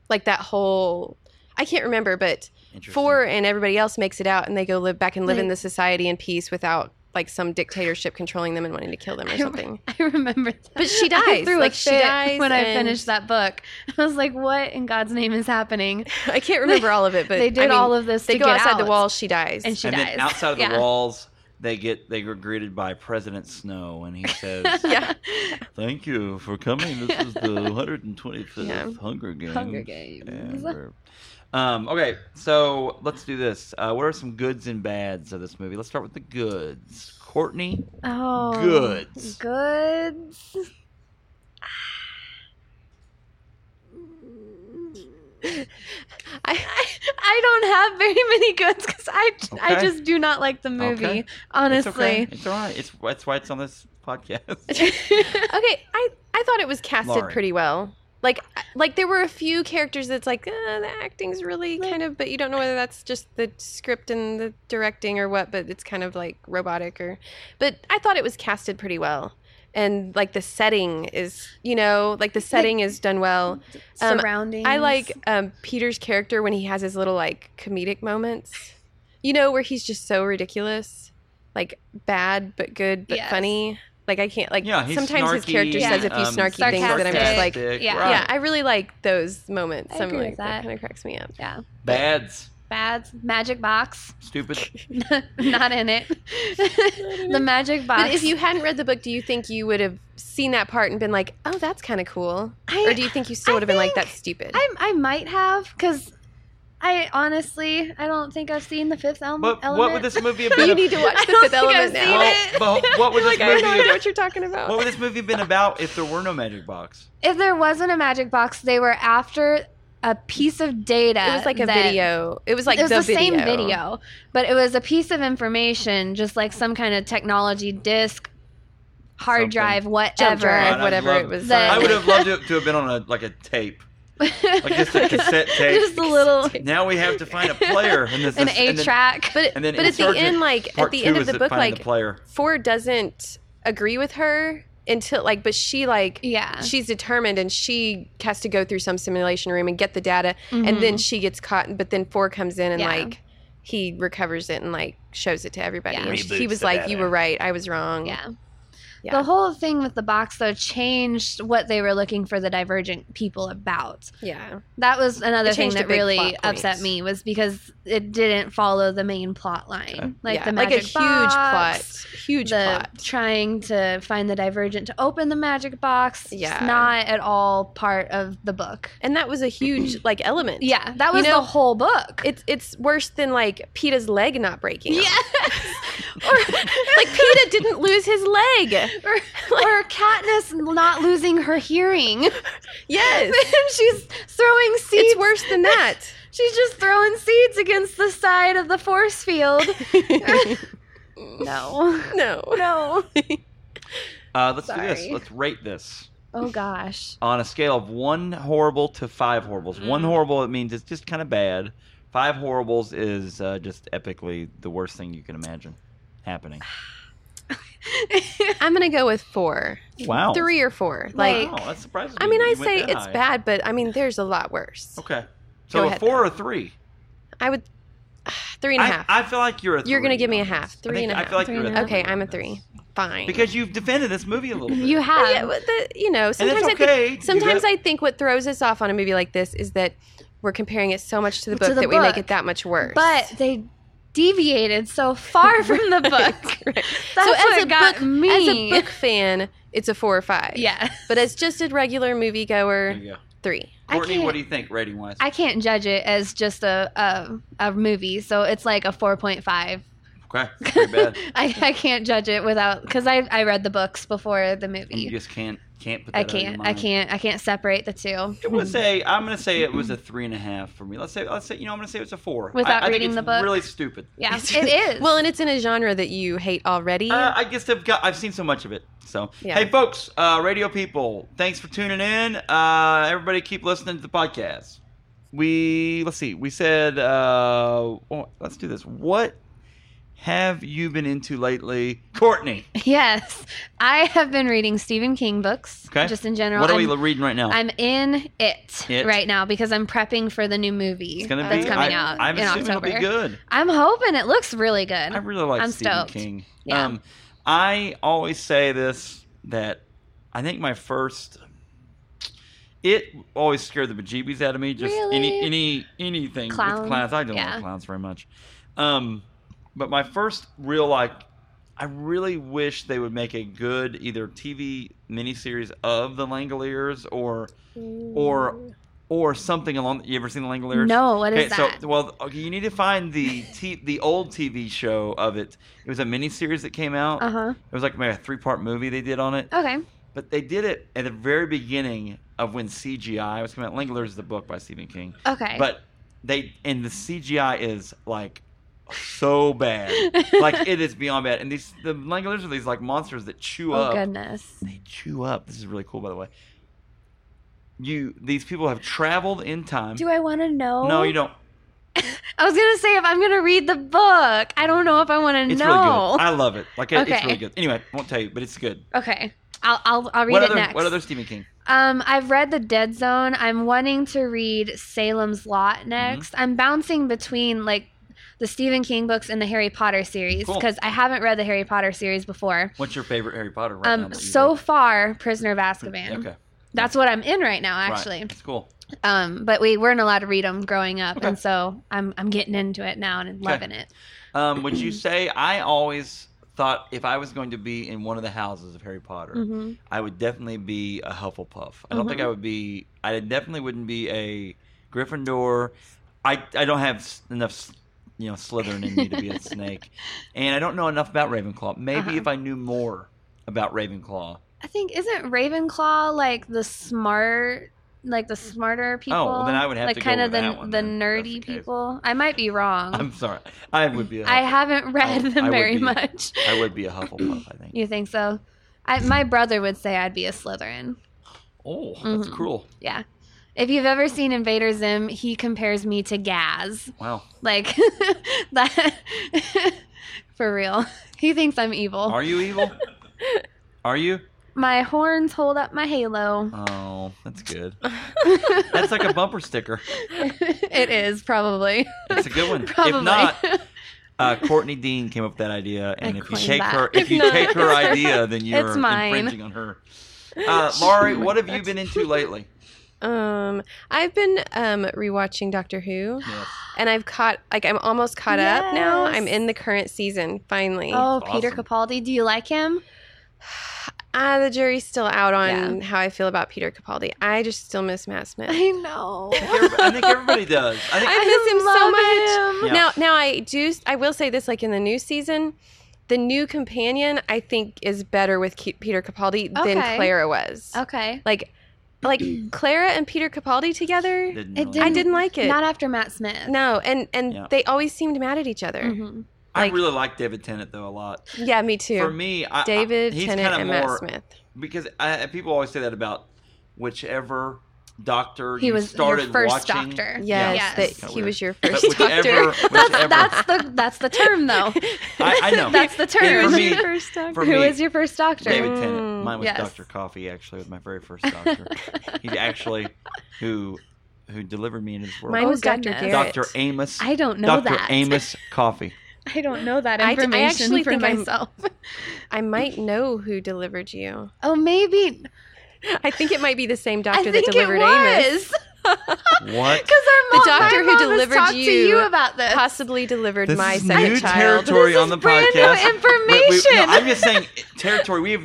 like that whole. I can't remember, but Interesting. four and everybody else makes it out and they go live back and live in Like- the society in peace without like some dictatorship controlling them and wanting to (laughs) kill them or something I remember. That. But she (laughs) I dies. threw a Like, she fit dies when I and- finished that book. I was like, "What in God's name is happening?" i can't remember all of it but they did I mean, all of this. they to go get outside the out. wall she dies and she and dies then outside of the Yeah. (laughs) walls, they get they were greeted by President Snow, and he says, (laughs) Yeah. "Thank you for coming. This is the (laughs) 125th Yeah. Hunger Games." Hunger Games. And we're- um, okay, so let's do this. Uh, what are some goods and bads of this movie? Let's start with the goods. Courtney, Oh, Goods. Goods. I, I I don't have very many goods because I I Okay. just do not like the movie Okay. It's okay. honestly. It's all right. It's that's why it's on this podcast. okay i i thought it was casted Lauren. pretty well like I- like there were a few characters that's like uh, the acting's really Like- kind of but you don't know whether that's just the script and the directing or what but it's kind of like robotic or but i thought it was casted pretty well and like the setting is you know like the setting is done well Um, Surroundings. I like um, Peter's character when he has his little like comedic moments, you know, where he's just so ridiculous, like bad but good but Yes. funny. Like I can't like yeah, he's sometimes his snarky, character Yeah. says a few um, snarky things that I'm just like, sarcastic, Yeah. right. yeah, I really like those moments. I I'm agree like with that. that kind of cracks me up. yeah Bads, bads magic box stupid. (laughs) not in it. the magic box. But if you hadn't read the book, do you think you would have seen that part and been like, "Oh, that's kind of cool," I, or do you think you still I would have been like, think "That's stupid"? I, I might have because I honestly I don't think I've seen the Fifth Ele- But Element. what would this (laughs) movie have been? you need to watch I The don't Fifth think I've Element seen (laughs) now. it. But what would this Like, I movie? don't know Have, what you're talking about. what would this movie been about if there were no magic box? If there wasn't a magic box, they were after a piece of data. it was like a Uh, that- video. It was like it was the, same video. video, but it was a piece of information, just like some kind of technology disc, hard Something. drive, whatever. jump drive, (laughs) I'd whatever love- it was. That- Oh, I on. would have loved it to have been on a like a tape, like just (laughs) a cassette tape. Just a little (laughs) Now we have to find a player in this. an this- A and then- track. (laughs) But And then but at the insurgent end, like part at the two end is of the to bour, find the like player. Ford doesn't agree with her until like, but she like Yeah. she's determined and she has to go through some simulation room and get the data, and then she gets caught. But then four comes in and Mm-hmm. Yeah. like he recovers it and like shows it to everybody. Yeah. And he Reboots was the like, data. "You were right. I was wrong." Mm-hmm. Yeah. Yeah. The whole thing with the box though changed what they were looking for the divergent people about. yeah. That was another It thing changed a that big really plot point. upset me was because it didn't follow the main plot line. Okay. Like Yeah. the magic like a huge box, plot, huge the plot. trying to find the divergent to open the magic box. It's Yeah. not at all part of the book. And that was (clears throat) a huge like element. Yeah, that was know, the whole book. It's it's worse than like Peta's leg not breaking. off. (laughs) yes. or, Like Peta didn't lose his leg. or, or Katniss not losing her hearing. Yes. (laughs) she's throwing seeds. It's worse than that. She's just throwing seeds against the side of the force field. (laughs) (laughs) no. no. No. Uh, let's do this. Sorry. Let's rate this Oh gosh. on a scale of one horrible to five horribles. One Mm. horrible it means it's just kind of bad. Five horribles is uh, just epically the worst thing you can imagine (sighs) happening. I'm gonna go with four, Wow. three or four. Like, Like- Wow, that surprises me. I mean, that I Oh. you went say that it's high. bad, but I mean, there's a lot worse. Okay. Go So a ahead, four though. or a three? I would (sighs) three and a I- half. I, feel like you're a. You're gonna three give me on a half. this. I Three think- and a I feel like half. you're Three a and a okay, on I'm a this. three. Fine. Because you've defended this movie a little bit. You Well, yeah, have but the, you know, and sometimes it's I think okay. to do sometimes that. I think what throws us off on a movie like this is that we're comparing it so much to the To book the that we make book. it that much worse. But they deviated so (laughs) far from (laughs) the book. Right. That's so what as a got book, me. as (laughs) a book fan, it's a four or five. yeah. But as just a regular moviegoer, you go. three. I Courtney, can't- what do you think rating wise? I can't judge it as just a a, a movie, so it's like a four point five. (laughs) Okay, pretty I, bad. (laughs) I can't judge it without because I I read the books before the You movie. just can't can't put that I out of your can't I mind. can't I can't separate the two. It was a. I'm gonna say it was a three and a half for me. Let's say. Let's say. You know, I'm gonna say it was a four. I- Without I, think reading it's the book? Really stupid. (laughs) Yeah, it is. Well, and it's in a genre that you hate already. Uh, I guess I've got. I've seen so much of it. So Yeah. hey, folks, uh, radio people, thanks for tuning in. Uh, everybody, keep listening to the podcast. We let's see. We said, uh, oh, let's do this. What have you been into lately, Courtney? yes, I have been reading Stephen King books. Okay. Just in general. What are I'm, we reading right now? I'm in it, It. right now because I'm prepping for the new movie it's gonna that's be. coming I, out I'm in assuming October. it'll be good. I'm hoping it looks really good. I really like I'm Stephen stoked. King. Yeah. Um, I always say this that I think my first it always scared the bejeebies out of me. Just any Really? any anything Clowns? with clowns. I don't Yeah. like clowns very much. Um, but my first real like, I really wish they would make a good either TV miniseries of the Langoliers or or or something along. You ever seen the Langoliers? no, what is Okay, so that? well, okay, you need to find the t- the old TV show of it. It was a miniseries that came out. Uh huh. It was like maybe a three part movie they did on it. Okay. But they did it at the very beginning of when CGI was coming out. Langler's the book by Stephen King. Okay. But they and the CGI is like so (laughs) bad, like it is beyond bad. And these the Langler's are these like monsters that chew oh up goodness. they chew up. This is really cool, by the way. You these people have traveled in time. Do I want to know? no, you don't. I was gonna say if I'm gonna read the book, I don't know if I want to It's really know. good. I love it. Like it- it's Okay. really good. Anyway, I won't tell you, but it's good. okay. I'll, I'll, I'll read what it other next. what other Stephen King? Um, I've read The Dead Zone. I'm wanting to read Salem's Lot Mm-hmm. next. I'm bouncing between like the Stephen King books and the Harry Potter series Cool. because I haven't read the Harry Potter series before. What's your favorite Harry Potter right now? Um, that you so read? far, Prisoner of Azkaban. Hmm, Okay. That's what I'm in right now, Right. actually. It's cool. Um, but we weren't allowed to read them growing up, Okay. and so I'm I'm getting into it now and loving it. Um, would you say I always thought if I was going to be in one of the houses of Harry Potter, hmm I would definitely be a Hufflepuff. I don't think Mhm. I would be. I definitely wouldn't be a Gryffindor. I I don't have s- enough, s- you know, Slytherin in me (laughs) to be a snake, and I don't know enough about Ravenclaw. Maybe Uh-huh. if I knew more about Ravenclaw. I think isn't Ravenclaw like the smart, like the smarter people? Oh, well, then I would have like to go kind of with the that one the then, if that's nerdy the case. people. I might be wrong. Oh. I'm sorry. I would be. A I Hufflepuff. haven't read I- I them would very (laughs) be- much. I would be a Hufflepuff. I think. You think so? I, my brother would say I'd be a Slytherin. Oh, that's Mm-hmm. Mhm. cruel. Yeah. If you've ever seen Invader Zim, he compares me to Gaz. Wow. Like (laughs) that (laughs) for real. He thinks I'm Oh. evil. Are you (laughs) evil? Are you? my horns hold up my halo. (laughs) Oh, that's (laughs) good. That's like a bumper sticker. it is probably. (laughs) It's a good one. Probably. If (laughs) not, uh, Courtney Dean came up with that idea, and I if you claim take that. her, if If (laughs) you not, take her it's Oh her. idea, then you're mine. infringing on her. (laughs) Uh, Laurie, what have you been into lately? Um, I've been um rewatching Doctor Who, Yes. and I've caught like I'm almost caught up now. Yes. I'm in the current season finally. oh, That's Peter awesome. Capaldi, do you like him? (sighs) Ah, the jury's still out on how I feel about Peter Capaldi. I just still miss Matt Smith. I, (laughs) I know. I (laughs) think everybody- I think everybody does. I think miss him so much. so Yeah. Now, now I do. I will say this: like in the new season, the new companion I think is better with Ke- Peter Capaldi Okay. than Clara was. Okay. Like, like (clears throat) Clara and Peter Capaldi together, didn't It really- didn't- I didn't like it. Not after Matt Smith. no, and and Yeah. Mm-hmm. they always seemed mad at each other. Mhm. I like- really like David Tennant though a lot. Yeah, me too. For me, I, I- David he's Tennant kinda and more, Matt Smith. because I, people always say that about whichever doctor He you was your started first watching. doctor. Yes, Yes. Kinda That he weird. was your But first whichever, doctor. That's, whichever- that's the that's the term though. (laughs) (laughs) I, I (laughs) know. That's the for term. (laughs) was me- your first doctor. for Who me, is your first doctor? David Tennant. Mm, Mine was yes. Dr. Coffee, actually, was my very first (laughs) doctor. He's actually who who delivered me into this world. Mine Oh, was Doctor goodness. Garrett. Dr. Amos. I don't know Dr. that. Amos (laughs) Coffee. I don't know that I d- I information actually for think I'm- myself. I might know who delivered you. (laughs) Oh, maybe I think it might be the same doctor I think that delivered it Amos. was. What? Because our The mom, doctor my who mom has delivered talked to you you about this. Possibly delivered This my is second new child. (laughs) territory This on is the brand new podcast. Wait, wait, no, information. I'm just saying territory. We have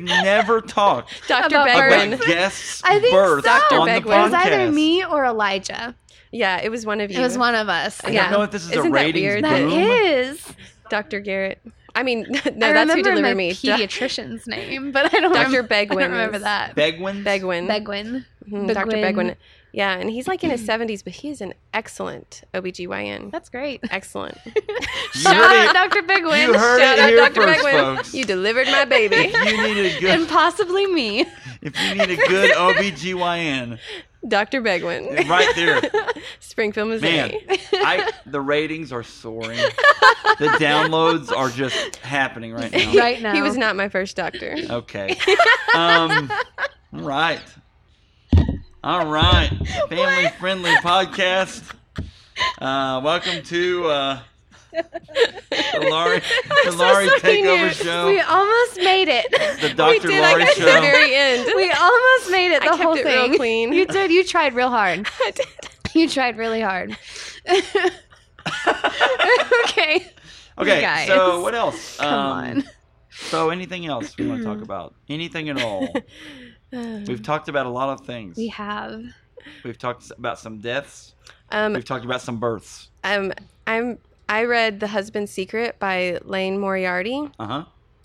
(laughs) never talked Dr. About Begwin. about guests' I think birth so. Dr. on the Begwin. it was either podcast. me or Elijah. Yeah, it was one of you. It was one of us. I yeah. don't know if this is Isn't a that ratings weird That Boom. is. Dr. Garrett. I mean, (laughs) no, I that's who remember my delivered me. Do- pediatrician's name, but I don't. Dr. remember- I Begwin. don't remember was- that. Begwin. Begwin. Begwin. Mhm, Dr. Begwin. Begwin. Yeah, and he's like in (clears throat) his 70s, but he is an excellent OBGYN. That's great. Excellent. (laughs) Shout out Dr. Begwin. You heard Shout it out here Dr. first, Begwin. folks. You delivered my baby. (laughs) If you need a And good, possibly me. if you need a (laughs) good OBGYN, Dr. Begwin. right there. (laughs) Springfield, Man, Missouri. (laughs) I the ratings are soaring. The downloads are just happening right now. Right now. He was not my first doctor. Okay. Um, all right. All right. Family friendly podcast. Uh, welcome to (laughs) uh, the Laurie, the Laurie Takeover We Show. almost made it. (laughs) The Dr. we did. I Laurie got to the Show. very end. We almost made it. The I kept whole it thing. real clean. You did. You tried real hard. (laughs) I did. You tried really (laughs) hard. (laughs) okay. okay. guys. So what (laughs) else? Um, Come on. So anything else we want to talk about? Anything at (laughs) all? We've talked about a lot of things. We have. We've talked about some deaths. (sighs) Um, We've talked about some births. um, I'm. I read The Husband's Secret by Lane Moriarty, Uh huh.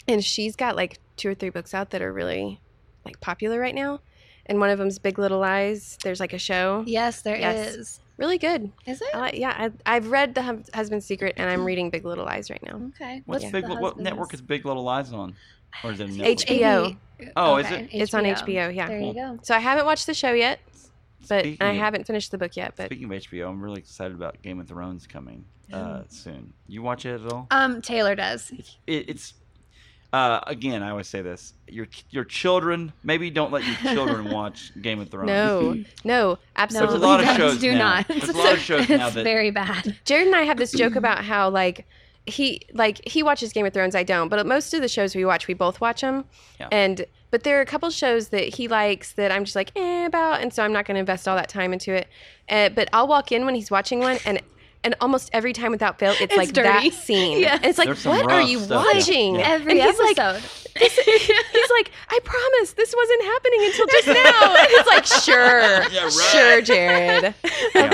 and she's got like two or three books out that are really like popular right now. And one of them's Big Little Lies. There's like a show, Yes, there is. Yes. really good. Is I it? like, yeah, I, I've read The Hum- Husband's Secret, and Mm-hmm. I'm reading Big Little Lies right now. Okay. What's What's big? the What network is husband's? Big Little Lies on? Or is it Netflix? H- HBO. Oh, is Okay, it? It's on HBO. Yeah. There you go. So I haven't watched the show yet, but Speaking I of- haven't finished the book yet. But Speaking of HBO, I'm really excited about Game of Thrones coming Oh. uh, soon. You watch it at all? Um, Taylor does. It, it's uh, again, I always say this: your your children maybe don't let your (laughs) children watch Game of Thrones. no, no, There's absolutely. a lot of guys shows Do now. not. There's (laughs) a lot of shows it's now that- very bad. Jared and I have this joke about how like he like he watches Game of Thrones, I don't, but most of the shows we watch, we both watch them. Yeah. And but there are a couple shows that he likes that I'm just like eh about, and so I'm not going to invest all that time into it. Uh, but I'll walk in when he's watching one, and and almost every time without fail, it's, It's like dirty. that scene. Yeah. And it's like, There's some what are rough you stuff, yeah. watching? Yeah. Every and he's episode. like, he's like, I promise this wasn't happening until just now. And it's like, sure, (laughs) Yeah, right. sure, Jared. Yeah.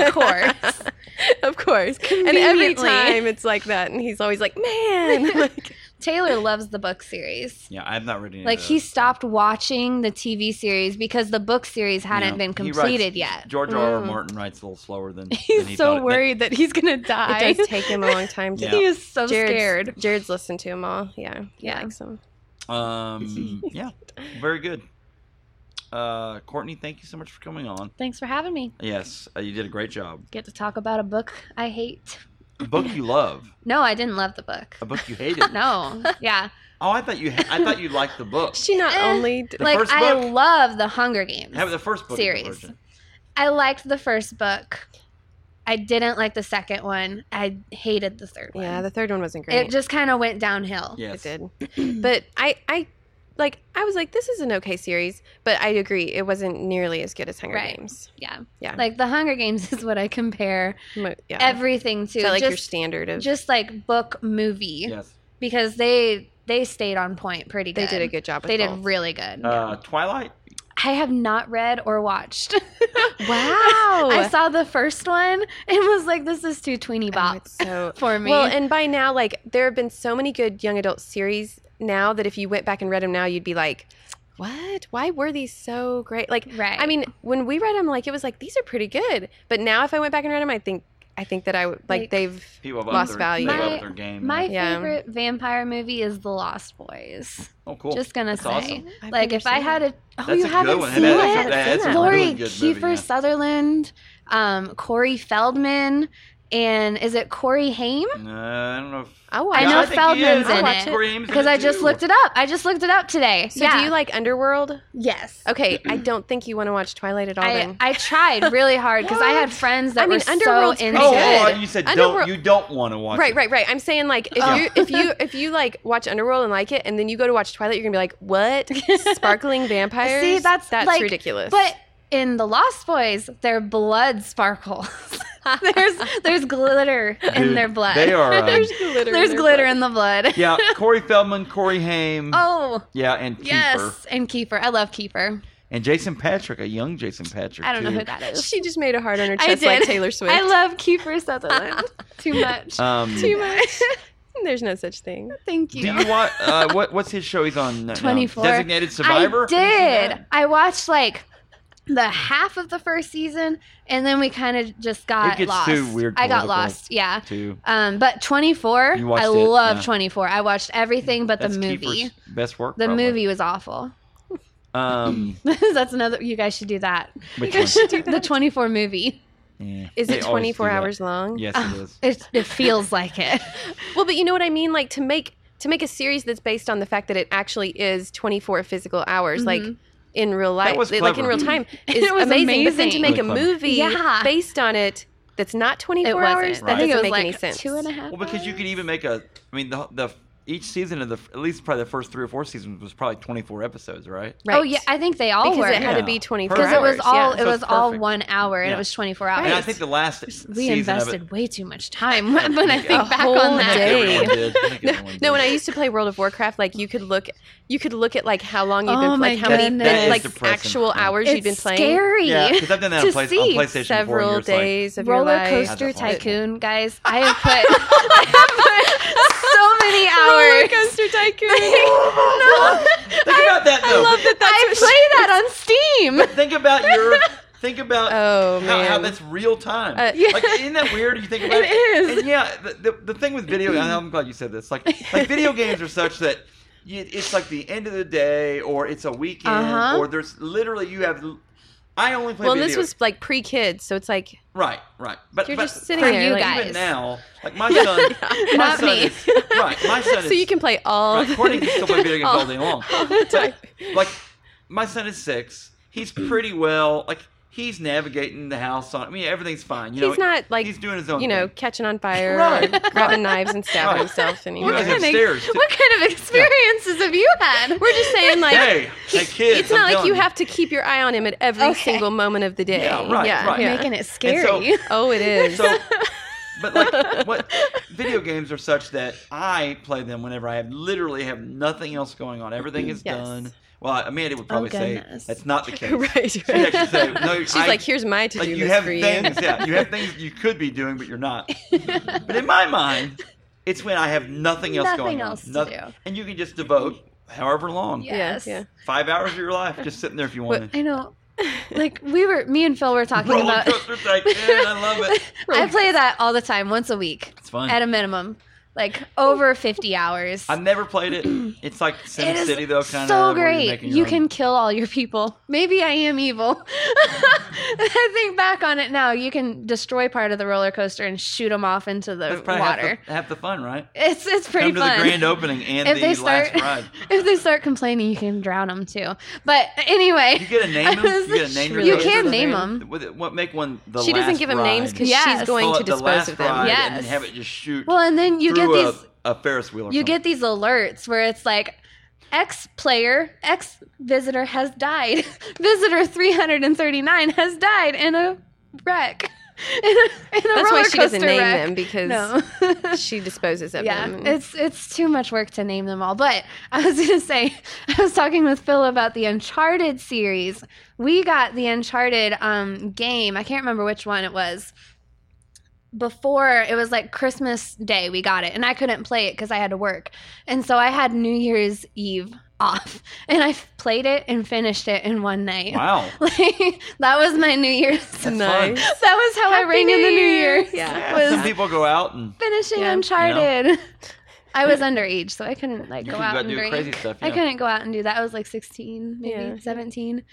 (laughs) of course. (laughs) of course. And every Conveniently. time it's like that, and he's always (laughs) like, "Man, like, Taylor loves the book series. (laughs) Yeah, I've not read any. of Like those. he stopped watching the TV series because the book series hadn't Yeah. been He writes- completed (laughs) yet. George R. R. Mm. Martin writes a little slower than than he (laughs) He's thought so (laughs) it- worried that he's gonna it die. (laughs) does take him a long time to." Yeah. He is so Jared's, scared. Jared's listened to them all. Yeah, he Yeah. likes 'em. (laughs) Um, yeah, very good. Uh, Courtney, thank you so much for coming on. Thanks for having me. Yes, uh, you did a great job. Get to talk about a book I hate. A book you love, No, I didn't love the book. a book you (laughs) hated. (laughs) No, yeah, Oh, I thought you. Ha- I thought you liked the (laughs) book. She not Eh. only d- The like first I book? love the Hunger Games. Have the first book Series. In the version. I liked the first book. I didn't like the second one. I hated the third one. yeah, the third one wasn't it great. just kind of went downhill. Yes. It (clears throat) did, but I, I, like, I was like, "This is an okay series," but I agree, it wasn't nearly as good as Hunger Right. Games. Yeah. Yeah. Like the Hunger Games is what I compare Mo- yeah, everything to. Is that, like your just, standard of just like book movie Yes. because they they stayed on point pretty they good. did a good job. With They both. did really good. Uh, Twilight. I have not read or watched. wow. (laughs) I saw the first one and was like, this is too tweeny Oh, bop it's so for me. Well, and by now, like there have been so many good young adult series now that if you went back and read them now, you'd be like, "What? Why were these so great?" Like, right. I mean, when we read them, like it was like these are pretty good. But now, if I went back and read them, I think I think that I would like, Like- they've People have Lost upped their, value. they've upped My- their game. my Yeah. favorite vampire movie is The Lost Boys. oh, cool. Just gonna That's say. awesome. Oh, I've Like never if I seen had it. a oh That's you a good haven't one. seen That- that's a- it. that's a Lori really good movie, Kiefer yeah. Sutherland, um, Corey Feldman, and is it Corey Haim? Uh, I don't know. If, Oh, I I watch. know think he Feldman's is. in I watched it, Corey Haim's in Because it I just too. looked it up. I just looked it up today. So yeah. do you like Underworld? Yes. Okay, (clears throat) I don't think you want to watch Twilight at all. I, then. I tried really hard because I had What? friends that I mean, were Underworld's so pretty into Oh, good. it. oh, you said I know don't. we're- You don't want to watch. Right, it. right, right. I'm saying like if Oh. Yeah. you if you (laughs) if you like watch Underworld and like it, (laughs) and then you go to watch Twilight, you're gonna be like, "What? Sparkling vampires? that's, that's like- ridiculous." But in the Lost Boys, their blood sparkles. (laughs) there's there's glitter in Dude, their blood. (laughs) They are. Uh, There's glitter. there's glitter in the blood. yeah, Corey Feldman, Corey Haim. Oh Yeah, and Keeper. yes, and Kiefer. I love Kiefer. And Jason Patrick, a young Jason Patrick. I don't know too. who that is. She just made a heart on her I chest like did. Taylor Swift. I love Kiefer (laughs) Sutherland too much. Um, (laughs) Too much. (laughs) There's no such thing. Thank you. do you want uh, what? What's his show? He's on now? 24. Designated Survivor. I did. I watched like the half of the first season, and then we kind of just got It gets lost. too weird I got political. lost. Yeah. Too. Um, but 24, You watched I it, love yeah. 24. I watched everything but That's the movie. Kiefer's best work. The probably. movie was awful. (laughs) (clears throat) Um, That's another. You guys should do that. which You one? guys should do The 24 movie. Yeah, Is eh, they it always 24 do that. hours long? Yes, Oh, it is. It, it feels like it. Well, but you know what I mean. Like to make to make a series that's based on the fact that it actually is 24 physical hours, like Mhm. in real life, was like in clever. (laughs) real time, is It was amazing. But then to amazing. make Really a clever. movie Yeah. based on it that's not 24 It hours, wasn't. that I think it doesn't was make like any sense. two and a half. Well, because you hours. could even make a. I mean, the the each season of the at least probably the first three or four seasons was probably 24 episodes, right? Right. Oh yeah, I think they all because were. it had Yeah. to be 24 because hours. it was all So it was it's all perfect. one hour and Yeah. it was 24 hours. And I think the last s- we season of it. invested way too much time (laughs) when I A think back whole on I that. think day. everyone did. (laughs) I think everyone No, when I did. used to play World of Warcraft, like you could look, you could look at like how long you've been, Oh my like how many goodness. That is like depressing. actual Yeah. hours you'd been It's playing. scary. Yeah, (laughs) because I've done that to on, play, on see PlayStation Several 4 and you're just like, days (laughs) of your Roller life. coaster How's that possible? tycoon, (laughs) guys. I have put, (laughs) I have put so many hours. coaster (laughs) tycoon. (gasps) Think about that though. that (laughs) I play that on Steam. Think (laughs) about your. Think about Oh how, man. how that's real time. Uh, yeah. Like, isn't that weird? (laughs) You think about It it. is. And yeah, the, the, the thing with video, and I'm glad you said this. Like, like (laughs) video games are such that you, it's like the end of the day, or it's a weekend, Uh-huh. or there's literally you have. I only play. well, and video. this was like pre-kids, so it's like right, right. But you're but just sitting For there, you like, guys. (laughs) even now, like my son, my Not son me. is right. (laughs) My son so is you can play all. right, the- Courtney can (laughs) still play video games all- all day long. all the time. (laughs) like my son is six. He's pretty well. Like he's navigating the house on. I mean, everything's fine. You know, He's not, like, he's doing his own. you know, thing. catching on fire, Right, or right. (laughs) grabbing knives and stabbing Right. himself, and You guys have of- stairs, too. what kind of experiences have you had? We're just saying, like, hey, hey, kids. it's not I'm like you telling have to keep your eye on him at every Okay. single moment of the day. Yeah, right, right. yeah. Making it And so- scary. Oh, it is. So, but (laughs) like, what? Video games are such that I play them whenever I have literally have nothing else going on. Everything is Mm-hmm. Yes. Oh, done. Well, Amanda would probably say goodness. that's not the case. (laughs) (laughs) right, right. She'd actually say, no, She's I- like, here's my to-do like you list have for you. things, yeah, you have things you could be doing, but (laughs) you're not. but in my mind, it's when I have nothing else Nothing going else on, to Noth- do. and you can just devote however long, Yeah. Yes. Yes. (laughs) Yeah. five hours of your life, just sitting there if you want to. I know. Like we were, me and Phil were talking Roller about. coaster tycoon, I (laughs) love it. I play that all the time, once a week It's fun. at a minimum, like over 50 hours. I've never (clears throat) played it. It's like Sim It is City though, kind so of. great. You can kill all your people. Maybe I am evil. (laughs) I think back on it now. You can destroy part of the roller coaster and shoot them off into the That's probably water. Half, the, half the fun, right? It's it's pretty Come to fun. the (laughs) grand opening and If the they start- last ride. if they start complaining, you can drown them too. But anyway, You (laughs) get a name. 'em? You get a name. your You coaster? can Those name are- them. What, what make one the She doesn't last give him names ride? because she's Yes. going Call to it the dispose last of them. Ride Yeah. And then have it just shoot. Well, and then you get through a- these A, Ferris wheel. Or you something. get these alerts where it's like X player, X visitor has died. (laughs) visitor 339 has died in a wreck. (laughs) In a, in a That's roller why she doesn't coaster name wreck. them because (laughs) No. (laughs) she disposes of yeah, them. it's it's too much work to name them all. But (laughs) I was gonna say, (laughs) I was talking with Phil about the Uncharted series. We got the Uncharted um, game. I can't remember which one it was. Before it was like Christmas Day, we got it, and I couldn't play it because I had to work, and so I had New Year's Eve (laughs) off, and I f- played it and finished it in one night. Wow. (laughs) Like that was my New Year's. (laughs) That's nice. That fun. was how Happy I rang New in the New (laughs) Year. Year. Yeah. Yeah, was some people go out and finishing Yeah. Uncharted. (laughs) I was underage, so I couldn't like you go can out go and do drink. crazy stuff. I yeah. couldn't go out and do that. I was like 16, maybe Yeah. (clears throat) 17.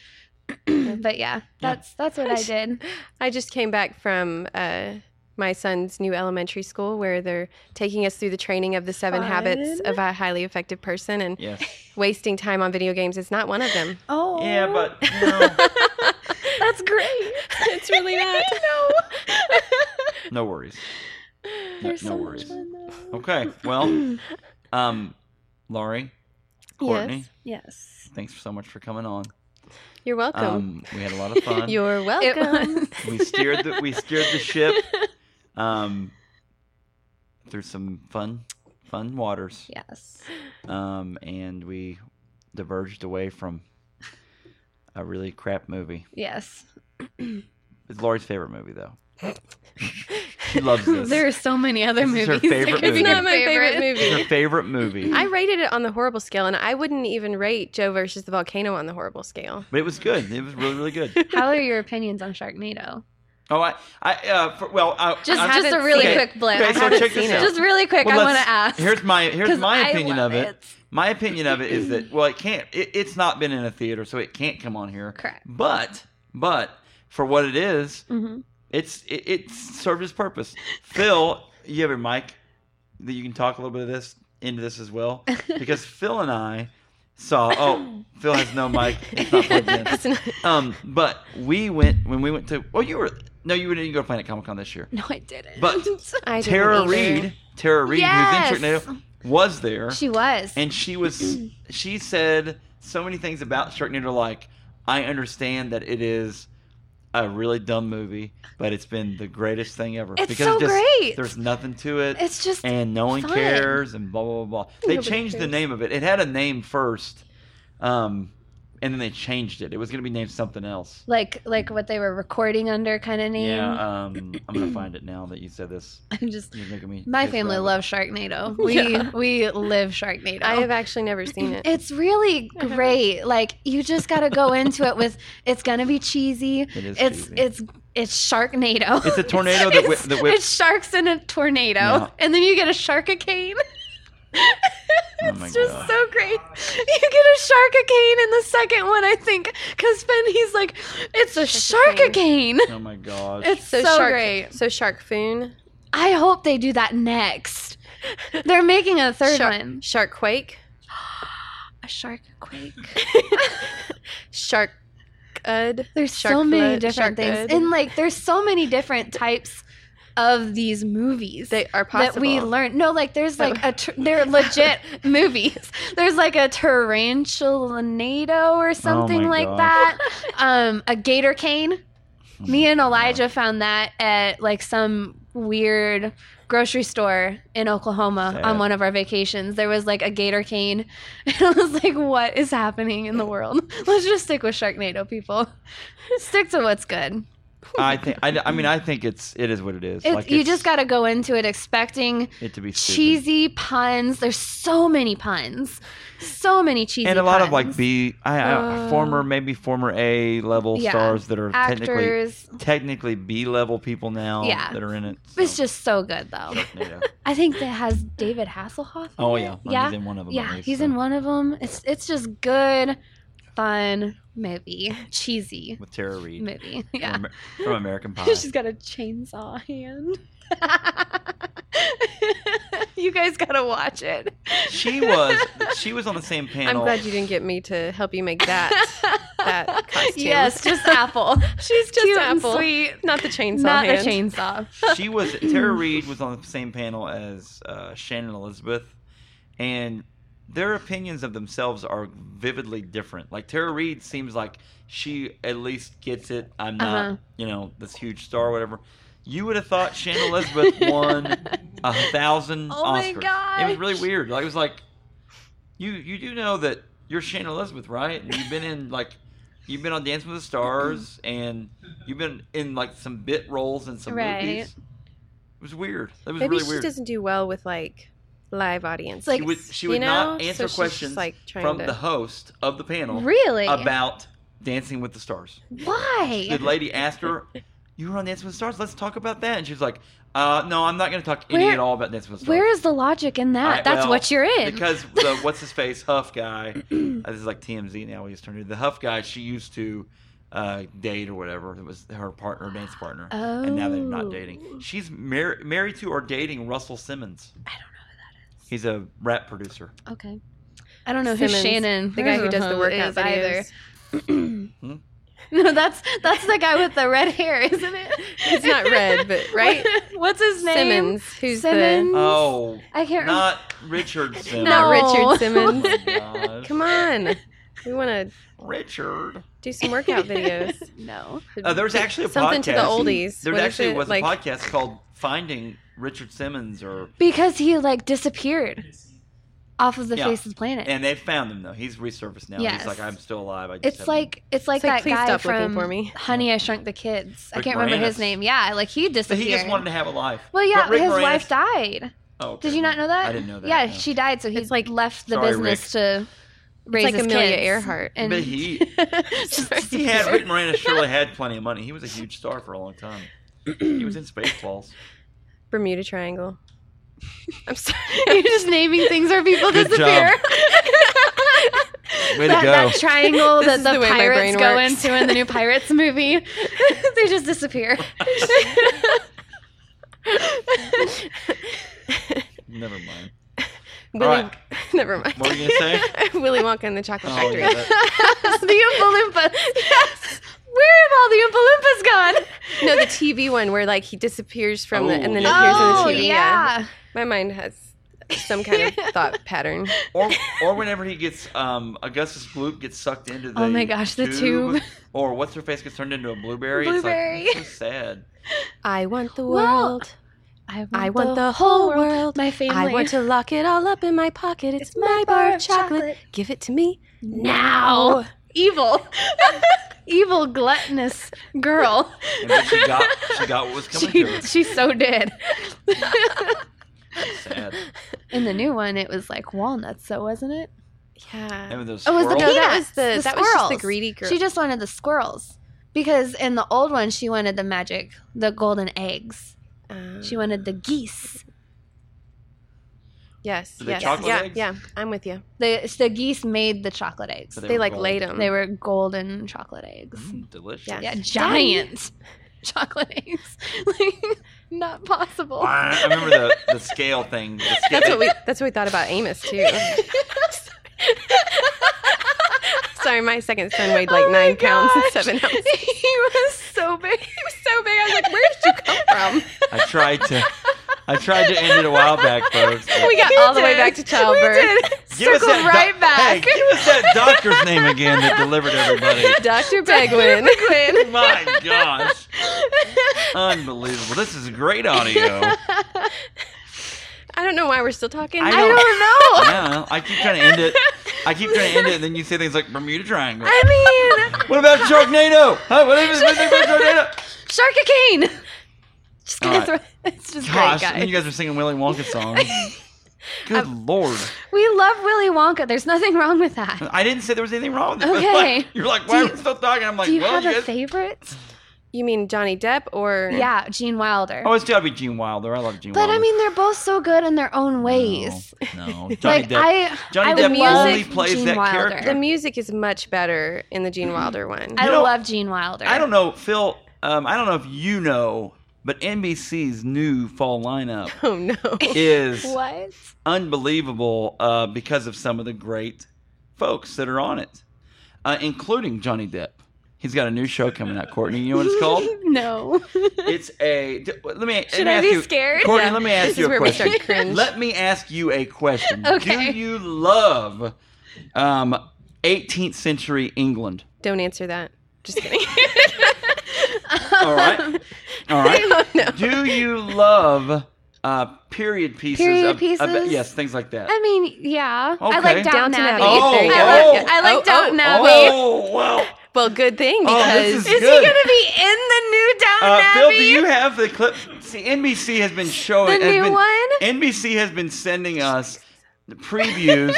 but yeah, that's that's what I did. I just came back from uh, my son's new elementary school where they're taking us through the training of the seven Fun. habits of a highly effective person, and Yes. wasting time on video games is not one of (laughs) them. Oh, Yeah, but you know, that's great. it's really (laughs) not. no worries. No, There's no so much worries. on there. Okay. (clears throat) Well, um, Laurie, Courtney, Yes. thanks so much for coming on. You're welcome. Um, we had (laughs) a lot of fun. (laughs) You're It (laughs) welcome. was- we steered the we steered (laughs) the ship um, through some fun fun waters, yes. um, and we diverged away from a really crap movie. Yes. It's Lori's favorite movie, though. she loves this. There are so many other This is movies. her that favorite could be (laughs) it's movie. your not my favorite It's her movie. favorite movie, (laughs) I rated it on the horrible scale, and I wouldn't even rate Joe versus the volcano on the horrible scale. but it was good. It was really, really good. How are your opinions on Sharknado? Oh, I, I, uh, for, well, I, Just, I'm- just a haven't really seen it. quick blip. Okay, so I haven't check this seen it. out. Just really quick, Well, I want let's- to ask. Here's my here's 'cause my I opinion love of it. My opinion of it is that well, it can't. It, it's not been in a theater, so it can't come on here. Correct. But but for what it is, Mhm. it's it, it served its purpose. Phil, you have a mic that you can talk a little bit of this into this as (laughs) well because Phil and I saw. Oh, Phil has no mic. It's not (laughs) plugged (laughs) in. It's not- Um, but we went when we went to. Well, you were no, you didn't go to Planet Comic Con this year. No, I didn't. (laughs) But I didn't Tara either. Reed, Tara Reed, who's in Yes. Sharknado, was there she was. and (clears throat) she was she said so many things about Sharknado. Like, I understand that it is a really dumb movie, but it's been the greatest thing ever. It's so great. There's nothing to it, it's just and no one fun. cares, and blah blah blah. blah. They Nobody changed the cares. name of it. It had a name first, um, and then they changed it. It was going to be named something else. like like what they were recording under kind of name. Yeah, um, I'm gonna (clears throat) find it now that you said this. I'm just You're making me. my think family about it. loves (laughs) Sharknado. We Yeah. we live Sharknado. I have actually never seen it. It's (laughs) really I haven't. great. Like you just got to go into it with it's gonna be cheesy. It is It's cheesy. it's it's Sharknado. It's a tornado that whi- It's- that (laughs) whips- It's sharks in a tornado, Yeah. and then you get a sharkicane. Oh (laughs) it's my just God. so great. You get a sharkicane in the second one, I think, because Ben he's like, it's a Sharkicane. sharkicane. (laughs) Oh my (laughs) gosh! It's so, shark, great. So shark foon, I hope they do that next. They're making a third shark, one. shark quake, A shark quake. shark ud. There's Shark so many flut, different shark things, good. and like there's so many different types of these movies They are possible. that we learn. No, like there's Oh. like a tr- they're legit (laughs) movies. There's like a tarantulanado or something like Oh gosh. that. (laughs) Oh Um, a gator cane. Me and Elijah found that at like some weird grocery store in Oklahoma Sad. on one of our vacations. There was like a gator cane. (laughs) And I was like, what is happening (laughs) in the world? (laughs) Let's just stick with Sharknado, people. (laughs) Stick to what's good. I think I, I mean I think it's it is what it is. It, Like, you it's- just got to go into it expecting it to be stupid. cheesy puns. There's so many puns, so many cheesy and a lot of like puns. B I, I, Uh, former maybe former A level yeah. stars that are technically actors. technically B level people now Yeah. that are in it. It's so, just so good though. Sharknado. I think that has David Hasselhoff. in (laughs) oh it. yeah, yeah. he's in one of them. at Yeah, least, he's so. in one of them. It's it's just good, fun movie, cheesy with Tara Reid movie. (laughs) Yeah, from, Amer- from American Pie. (laughs) she's got a chainsaw hand. (laughs) you guys gotta watch it. she was she was on the same I'm panel. glad you didn't get me to help you (laughs) make that. (laughs) that costume. Yes, just Apple. She's just Cute and apple, sweet. not the chainsaw. Not hand. a chainsaw. (laughs) she was Tara Reid was on the same panel as uh, Shannon Elizabeth, and their opinions of themselves are vividly different. Like Tara Reid seems like she at least gets it. I'm not, Uh-huh. you know, this huge star, or whatever. You would have thought Shannon Elizabeth (laughs) won a thousand Oh my Oscars. It was really gosh. weird. Like it was like, you you do know that you're Shannon Elizabeth, right? And you've been in like. You've been on Dance with the Stars, and you've been in like some bit roles and some Right. movies. It was weird. That was Maybe really she weird. doesn't do well with like live audience. like- she would she you would not know? So answer she's just, questions like, trying from to- the host of the panel Really? about Dancing with the Stars. Why? The lady asked her, "You were on Dancing with the Stars. Let's talk about that." And she was like, uh, "No, I'm not going to talk any Where- at all about Dancing with the Stars." Where is the logic in that? I- That's well, what you're in. because (laughs) the what's his face Huff guy. uh, this is like TMZ now. We just turned to the Huff guy. She used to uh, date or whatever. It was her partner, dance partner, and now they're not Oh. dating. She's mar- married to or dating Russell Simmons. I don't know. He's a rap producer. Okay. I don't know who Simmons, Shannon, the guy who does the Rosenbaum workout is either. videos. (laughs) No, that's that's the guy with the red hair, isn't (laughs) it? It's not (laughs) red, but right. What's his name? Simmons, who's Simmons. Oh, I can't. remember. (laughs) not Richard Simmons. the not No. (laughs) Richard Simmons? Oh my gosh. Come on, We want to Richard. do some workout videos. (laughs) No. Uh, there was actually a Something podcast. to the oldies. There What is actually it? was Like- a podcast called Finding Richard Simmons, or Because he like disappeared off of the Yeah. face of the planet. and they found him though. He's resurfaced now. Yes. He's like, I'm still alive. I just it's haven't- like it's like It's like, that please guy stop looking from for me. Honey, I Shrunk the Kids. I Rick can't remember his Moranis. name. Yeah, like he But disappeared. he just wanted to have a life. well, yeah, But Rick his Moranis- wife died. Oh, okay. Did you not know that? I didn't know that, Yeah, no. she died, so he It's like- left the Sorry, business to raise It's like his Amelia kids. Earhart. And but (laughs) he (laughs) he had Rick Moranis surely had plenty of money. He was a huge star for a long time. He was in Spaceballs. (laughs) Bermuda Triangle. I'm sorry. You're (laughs) just naming things where people Good disappear. job. (clears throat) Way to that, go! that triangle (laughs) This that is the, the way my pirates brain go works. into in the (laughs) new Pirates movie, (laughs) they just (laughs) disappear. (laughs) Never mind. Willy, right. (laughs) Never mind. What were you gonna (laughs) Willy Wonka and the Chocolate Oh, Factory. yeah, that- the Oompa Loompas. Where have all the Oompa Loompas gone? No, the TV one where like he disappears from the and then Oh, Oh, appears in the TV. yeah. My mind has some kind of (laughs) thought pattern. or or whenever he gets um Augustus Gloop gets sucked into the Oh my gosh, the tube. or what's her face gets turned into a blueberry. Blueberry. It's like, that's so sad. I want the Well, world. I I want the whole world. My family. I want to lock it all up in my pocket. It's, my bar of chocolate. Give it to me. now. Evil. (laughs) Evil gluttonous girl. And then she got she (laughs) got what was coming She, to her. she so did. (laughs) It's sad. In the new one, it was like walnuts, so wasn't it? Yeah. And with those Oh, was it squirrels. No, that was Peanuts, the, the that was just the squirrels. greedy girl. She just wanted the squirrels because in the old one, she wanted the magic, the golden eggs. Uh, She wanted the geese. yes. The yes. chocolate yeah. eggs? Yeah. I'm with you. The, the geese made the chocolate eggs. So They, were like gold. laid them. They were Mm-hmm. golden chocolate eggs. Mm, delicious. Yeah. Yeah, giant (laughs) chocolate eggs. like, not possible. I remember the, the scale thing. (laughs) The scale, That's what we. That's what we thought about Amos too. (laughs) Sorry, my second son weighed like Oh my nine pounds and gosh. (laughs) seven ounces. He was so big. He was so big. I was like, Where did you come from? I tried to I tried to end it a while back, folks. but- (laughs) We (laughs) got We all the way did. back to We childbirth. did. Circle that doc- right Hey, back. give us that doctor's name again that delivered (laughs) everybody. Dr. Begwin. (laughs) My gosh. Unbelievable. This is great audio. (laughs) I don't know why we're still talking. I I don't- (laughs) don't know. Yeah, I keep trying to end it. I keep trying to end it, and then you say things like Bermuda Triangle. I mean, What about Sharknado? Huh? What is what is about (laughs) Sharknado? Sharkacane. Just gonna All throw. right. It's just Gosh, great, and guys. then you guys are singing Willy (laughs) Wonka songs. Good Um, lord! We love Willy Wonka. There's nothing wrong with that. I didn't say there was anything wrong with it. (laughs) Okay. You're like, Do why you- are we still talking? I'm like, Do you well, have a guys- favorite? you mean Johnny Depp or Yeah, Gene Wilder. oh, it's got to be Gene Wilder. I love Gene but Wilder. I mean, they're both so good in their own ways. no, no. Johnny (laughs) like Depp. I, Johnny I Depp love only plays Gene that Wilder. character. The music is much better in the Gene Wilder one. Mm-hmm. I You know- love Gene Wilder. I don't know, Phil. Um, I don't know if you know, but NBC's new fall (laughs) lineup (laughs) oh no. (laughs) is what. unbelievable uh, because of some of the great folks that are on it, uh, including Johnny Depp. He's got a new show coming out, Courtney. You know what it's called? (laughs) No. It's a. d- Let me. Should let me I ask be you, scared? Courtney? Let me ask This you is a where we question. start cringe. Let me ask you a (laughs) question. Okay. Do you love um, 18th century England? Don't answer that. (laughs) Just kidding. (laughs) All right. All right. (laughs) oh no. Do you love uh, period pieces? Period of- of- pieces? yes, things like that. (laughs) I mean, yeah. I Okay. like Downton, Downton Abbey. Abbey. Oh, There you go. I like, oh, I like oh, Downton oh, Abbey. oh wow! Well, good thing Oh, because this is Is Good. he going to be in the new Downton Uh, Abbey? Phil, do you have the clip? See, NBC has been showing The has new been- one? NBC has been sending us (laughs) the previews,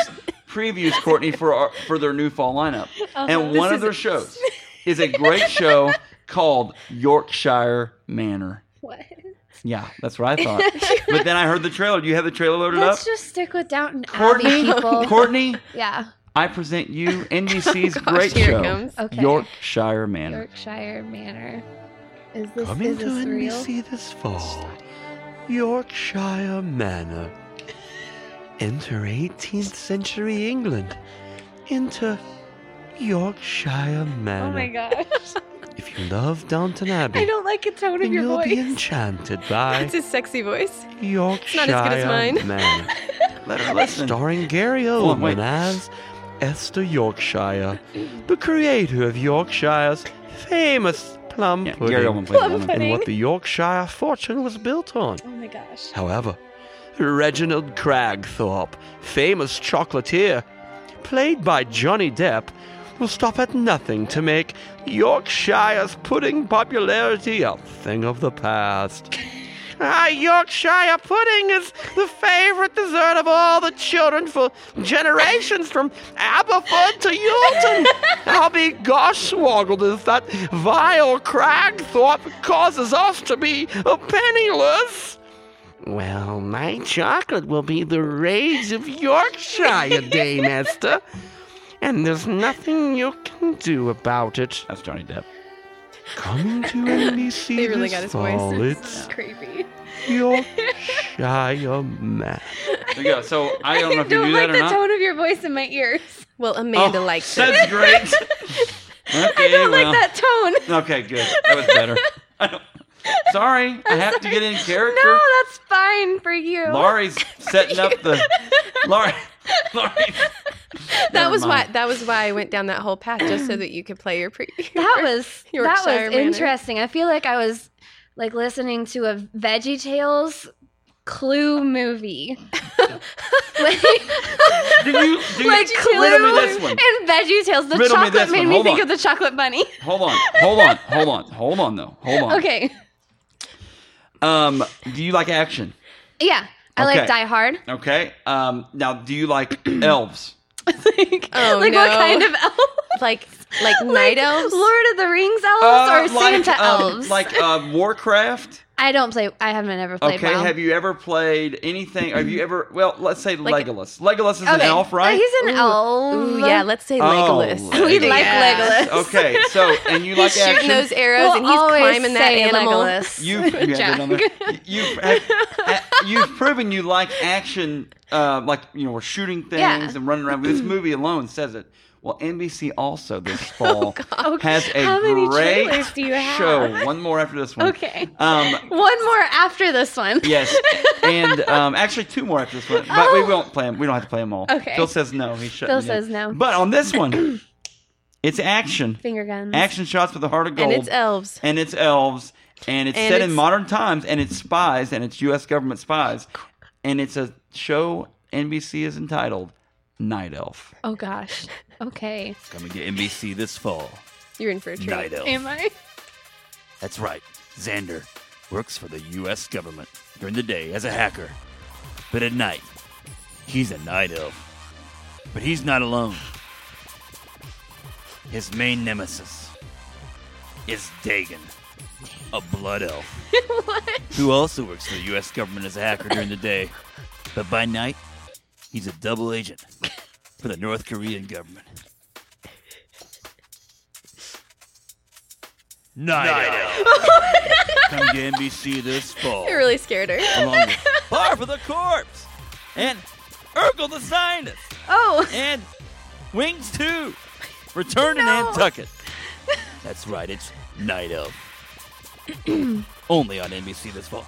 previews, Courtney, for our, for their new fall lineup, Uh-huh. and This one of is- (laughs) their shows is a great show called Yorkshire Manor. what? Yeah, that's what I thought. (laughs) but then I heard the trailer. Do you have the trailer loaded Let's up? just stick with Downton Abbey (laughs) Courtney, people. Courtney, yeah. I present you NBC's (laughs) Oh, gosh, great here it show, comes. Okay. Yorkshire Manor. Yorkshire Manor. Is this, Coming is to this real? NBC this fall, Yorkshire Manor. Enter 18th century England. Enter Yorkshire Manor. Oh my (laughs) gosh. If you love Downton Abbey, I don't like the tone then of your you'll voice. be enchanted by That's his sexy voice. Yorkshire as good as mine. Manor. Let her listen. Starring Gary Hold on, wait. Oldman as Esther Yorkshire, the creator of Yorkshire's famous plum Yeah, pudding, Gary Oldman plays the woman. and what the Yorkshire fortune was built on. Oh my gosh. However, Reginald Cragthorpe, famous chocolatier, played by Johnny Depp, will stop at nothing to make Yorkshire's pudding popularity a thing of the past. (laughs) Ah, Yorkshire pudding is the favorite dessert of all the children for generations from Aberford to Yulton. I'll be goshwoggled if that vile Cragthorpe causes us to be penniless. Well, my chocolate will be the rage of Yorkshire, Dame Esther. And there's nothing you can do about it. That's Johnny Depp. Coming to (laughs) NBC They really this got his voice. uh, fall, it's Creepy. Yorkshire Man. There you go. So I don't know if you knew like that or the not. tone of your voice in my ears. Well, Amanda Oh, likes it. (laughs) That's great. okay, I don't well. like that tone. Okay, good. That was better. I don't- sorry, I have to get in character. No, (laughs) that's fine for you. Laurie's setting up the Laurie. Laurie. That was why. That was why I went down that whole path just so that you could play your pre. that was that was Yorkshire manor. interesting. I feel like I was like listening to a Veggie Tales clue movie. (laughs) like Do you, do you like clue riddle me this one? and Veggie Tales. The Riddle me this chocolate made one. me Hold think on. of the chocolate bunny. Hold on, hold on, hold on, hold on though. Hold on. (laughs) Okay. Um, do you like action? Yeah. I Okay. like Die (laughs) Hard. Okay. Um, now do you like (clears throat) elves? like Oh, like no. what kind of elves? like like (laughs) night elves. Lord of the Rings elves or Uh, like, Santa um, elves? Like uh, Warcraft. (laughs) I don't play. I haven't ever played. Okay. WoW. Have you ever played anything? Have you ever? Well, let's say Like- Legolas. Legolas is an Okay. elf, right? Uh, He's an Ooh. elf. Ooh, yeah, let's say Oh, Legolas. We like Legolas. okay. So (laughs) and you like He's shooting action. those arrows and he's always climbing that say animal. Legolas. (laughs) (laughs) You've, you have another, you've, have, uh, you've proven you like action, uh, like, you know, we're shooting things Yeah. and running around. (clears throat) This movie alone says it. Well, NBC (laughs) also this fall has a Oh, How many great trailers do you have? show. One more after this (laughs) one. Okay. Um, One more after this one. (laughs) yes. And um, actually, two more after this one. But we won't play them. We don't have to play them all. Oh. Okay. Phil says no. He shut Phil me down. says no. But on (clears throat) this one, it's action. Finger guns. Action shots with a heart of gold And it's elves. and it's elves, and it's And set in it's- modern times, and it's spies, and it's U.S. government spies, and it's a show NBC is entitled Night Elf. Oh gosh. (laughs) Okay. Coming to NBC this fall. You're in for a treat. Night Elf. Am I? (laughs) That's right. Xander works for the U.S. government during the day as a hacker, but at night, he's a night elf. But he's not alone. His main nemesis is Dagon, a blood elf, who also works for the U.S. government as a hacker during the day, but by night, he's a double agent for the North Korean government. Night, Elf. (laughs) Coming to NBC this fall. It really scared her. Along with Bar for the Corpse and Urkel the Sinus Oh. and Wings 2 Return to Nantucket. That's right, it's Night Elf. Only on NBC this fall.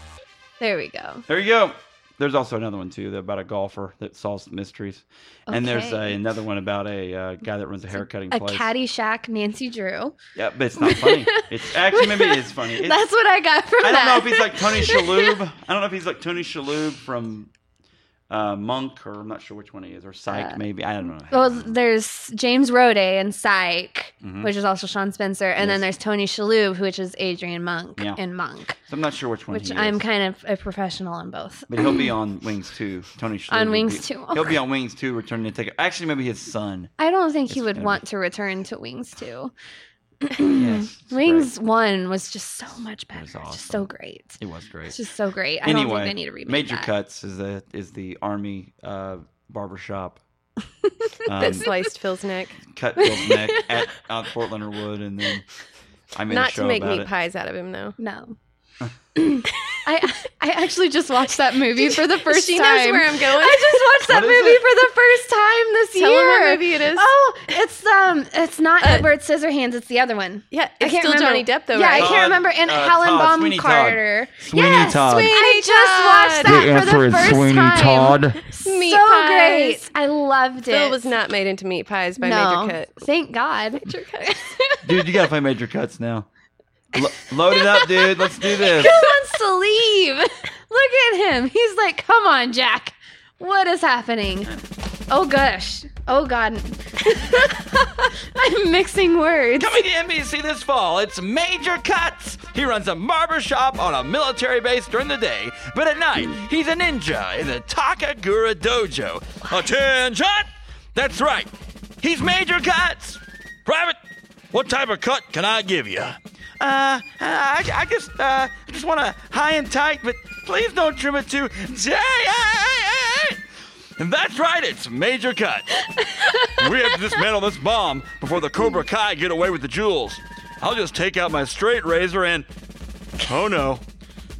There we go. There you go. There's also another one too about a golfer that solves mysteries, and there's a, Okay. another one about a uh, guy that runs a haircutting A place. Caddyshack Nancy Drew. Yeah, but it's not funny. It's actually maybe it (laughs) is funny. It's, That's what I got from I don't that. know if he's like (laughs) Tony Shalhoub. I don't know if he's like Tony Shalhoub from uh, Monk, or I'm not sure which one he is, or Psych Uh, maybe. I don't know. Well, there's James Rode and Psych, Mhm. which is also Sean Spencer, and then Yes. there's Tony Shalhoub, which is Adrian Monk Yeah. and Monk, so I'm not sure which one. which he I'm is. kind of a professional in both. But he'll be on Wings 2. Tony Schlesinger. On will Wings be- 2. He'll be on Wings 2, Returning to Take Actually, maybe his son. I don't think he It's would gonna want to return to Wings 2. Yes. it's Hmm. Wings great. 1 was just so much better. was It's Just so awesome. great. It was great. It's just so great. I don't anyway, think I need to remake Major that. Cuts is the, is the Army uh, (laughs) barbershop. That Um, sliced Phil's neck. cut Bill's neck at, at Portlander Wood, and then I made Not a show to make about meat it. pies out of him though. No. (laughs) I I actually just watched that movie for (laughs) the first she time. knows where I'm going. I just watched that What is movie it? for the first time this Tell him year. what movie it is. Oh, It's um, it's not Uh, Edward Scissorhands. It's the other one. yeah, I it's can't still remember. Johnny Depp though, yeah, right? I Todd, can't remember. And uh, Helen Todd, Bonham Sweeney Todd. Carter. Sweeney yes, Todd. Sweeney I just watched Todd. that for the first time. So Meat pies. great. I loved it. Phil was not made into meat pies by no, Major Cut. Thank God. Major (laughs) Cut. dude, you gotta play major cuts now. Lo- load it up, dude. (laughs) Let's do this. Who wants to leave? Look at him. He's like, come on, Jack. What is happening? Oh, gosh. Oh, God. (laughs) I'm mixing words. Coming to NBC this fall, it's Major Cuts. He runs a barber shop on a military base during the day, but at night, he's a ninja in the Takagura Dojo. Attention! That's right, he's Major Cuts. Private, what type of cut can I give you? Uh, I, I just, uh, I just want a high and tight, but please don't trim it too. J-A-A-A. And that's right, it's (laughs) Major Cut. we have to dismantle this bomb before the Cobra Kai get away with the jewels. I'll just take out my straight razor and. Oh no.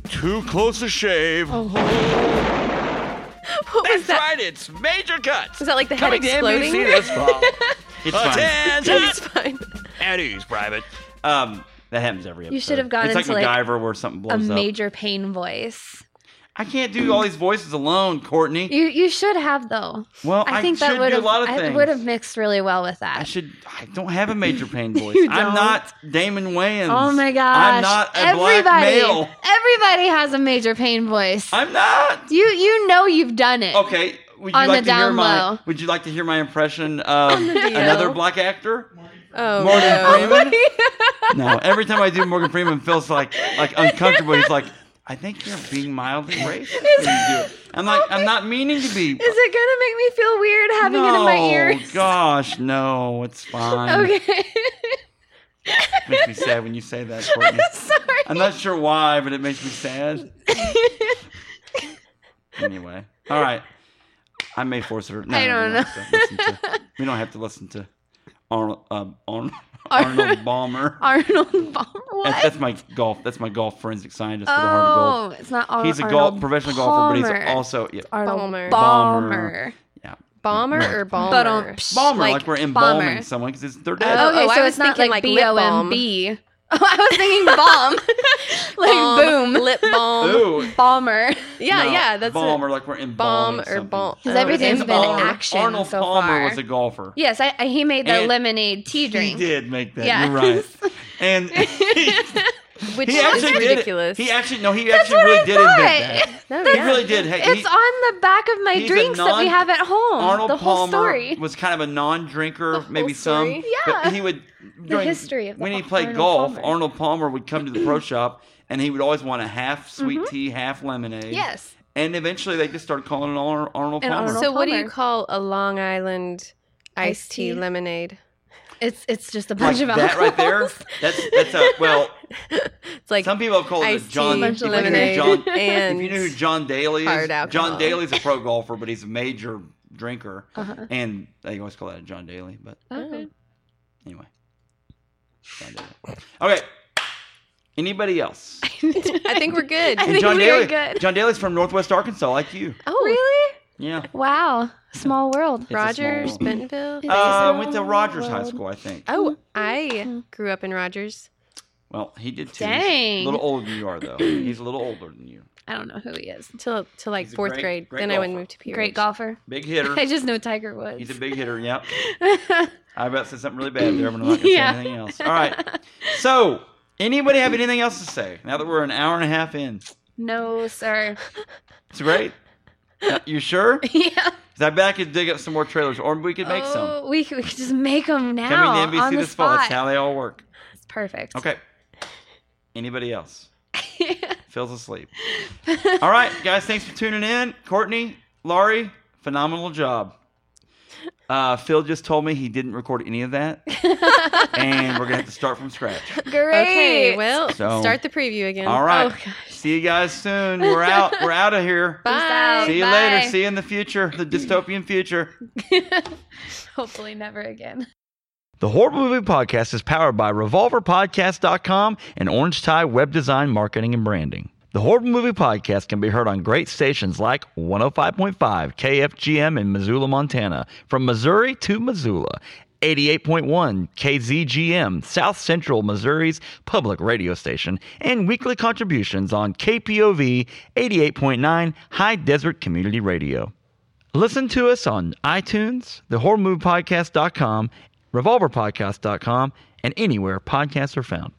Too close a shave. What was that's that? right, it's Major Cut. Was (laughs) that like the head Coming to exploding? (laughs) NBC this fall. It's fine. It's Attention! fine. At ease, Private. Um, that happens every episode. You should have gone It's like into, like, MacGyver where something A blows up. major pain voice. I can't do all these voices alone, Courtney. You you should have though. Well, I, I think that should would do a have lot of I things. would have mixed really well with I that. should. I don't have a (laughs) major pain voice. You I'm don't? not Damon Wayans. Oh my gosh! I'm not a everybody, black male. Everybody has a major pain voice. I'm not. you you know you've done it. (laughs) Okay. Would you On like the to hear down my? low. Would you like to hear (laughs) my impression of another black actor? Oh, Morgan no. Freeman. no, every time I do Morgan Freeman, feels like like uncomfortable. He's like, I think you're being mildly racist. when you do it." I'm like, I'm not meaning to be. Is it gonna make me feel weird having it in my No, ears? (laughs) gosh, no, it's fine. Okay. (laughs) It makes me sad when you say that, (laughs) Courtney. Sorry. I'm not sure why, but it makes (laughs) me sad. anyway, all right. I may force her. No, I no, we don't have to listen (laughs) to- we don't have to listen to Arnold, um, Arnold, (laughs) Arnold Balmer. Arnold Palmer. That's, What? that's my golf. That's my golf forensic scientist for the hard golf. Oh, it's not Ar- He's a Arnold golf professional golfer, but he's Palmer. also yeah, Arnold Balmer. Balmer. Bomber or But um, Balmer? Balmer, like, like we're embalming Balmer. someone because they're Oh, dead. okay, I so was it's not thinking like like lip balm. B-O-M-B. (laughs) Oh, I was thinking bomb. (laughs) like (laughs) Balm, boom. Lip balm. Ooh, Balmer. (laughs) Yeah, no, yeah, that's Balmer, it. like we're embalming Balm or something. balm. Because Oh, everything's it's been balm. action Arnold so Palmer far. was a golfer. Yes, I, I, he made the And- lemonade tea He drink. did make that. Yes. You're (laughs) right. And he, Which he is (laughs) actually ridiculous. did. It. He actually no. He That's actually what really I did thought. invent that. No, He yeah. really did. Hey, he- It's on the back of my he's a drinks that we non- have at home. Arnold (laughs) the whole Palmer story. was kind of a non-drinker, whole maybe some. story? Yeah. But he would The history of the when he Ar- played Arnold golf. Palmer. Arnold Palmer would come to the pro shop, and he would always want a half sweet tea, half lemonade. Mm-hmm. yes. And eventually, they just started calling it Ar- Arnold And Palmer. Arnold- So what do you Palmer. call a Long Island iced Iced tea. tea lemonade? (laughs) It's it's just a like bunch of that (laughs) right there. alcohols. That's that's a well. It's like Some people have called it iced John. tea Bunch of if you knew lemonade John and if you knew who John Daly is, hard John alcohol. Daly's a pro golfer, but he's a major drinker, Uh-huh. and they always call that a John Daly. But Okay. anyway, John Daly. Okay, anybody (laughs) else? I think we're (laughs) good. I think John we Daly. are good. John Daly's from Northwest Arkansas, like you. Oh, really? Yeah, Wow. Small world. It's a small Rogers, world. Bentonville. Uh, small went to Rogers High world. School, I think. oh, I grew up in Rogers. Well, he did too. Dang. He's a little older than you are, though. He's a little older than you. I don't know who he is. till till like He's a fourth great- grade. great then I went golfer. moved to Pierce. Great golfer. Big hitter. (laughs) I just know Tiger Woods. He's a big hitter. Yep. I about said something really bad there, but I'm not gonna (laughs) Yeah. say anything else. All right. So, anybody have anything else to say? Now that we're an hour and a half in, (laughs) no, sir. it's great. Uh, (laughs) You sure? Because yeah. I bet I could dig up some more trailers, or we could make some. Oh, We could, we could just make them now. Coming to on NBC the this fall. spot. That's how they all work. It's perfect. Okay. (laughs) Anybody else? Phil's asleep. All right, guys. Thanks for tuning in. Courtney, Laurie, phenomenal job. Uh, Phil just told me he didn't record any (laughs) of that, and we're gonna have to start from scratch. Great. Okay, well, So- start the preview again. All right. Oh, gosh. See you guys soon. We're out. We're out of (laughs) here. Bye. out. See you Bye. later. See you in the future, the dystopian future. Hopefully, never again. The Horrible Movie Podcast is powered by RevolverPodcast.com and Orange Tie Web Design Marketing and Branding. The Horrible Movie Podcast can be heard on great stations like 105.5 KFGM in Missoula, Montana, from Missouri to Missoula, 88.1 KZGM, South Central Missouri's public radio station, and weekly contributions on KPOV 88.9 High Desert Community Radio. Listen to us on iTunes, thehorrormoviepodcast.com, revolverpodcast.com, and anywhere podcasts are found.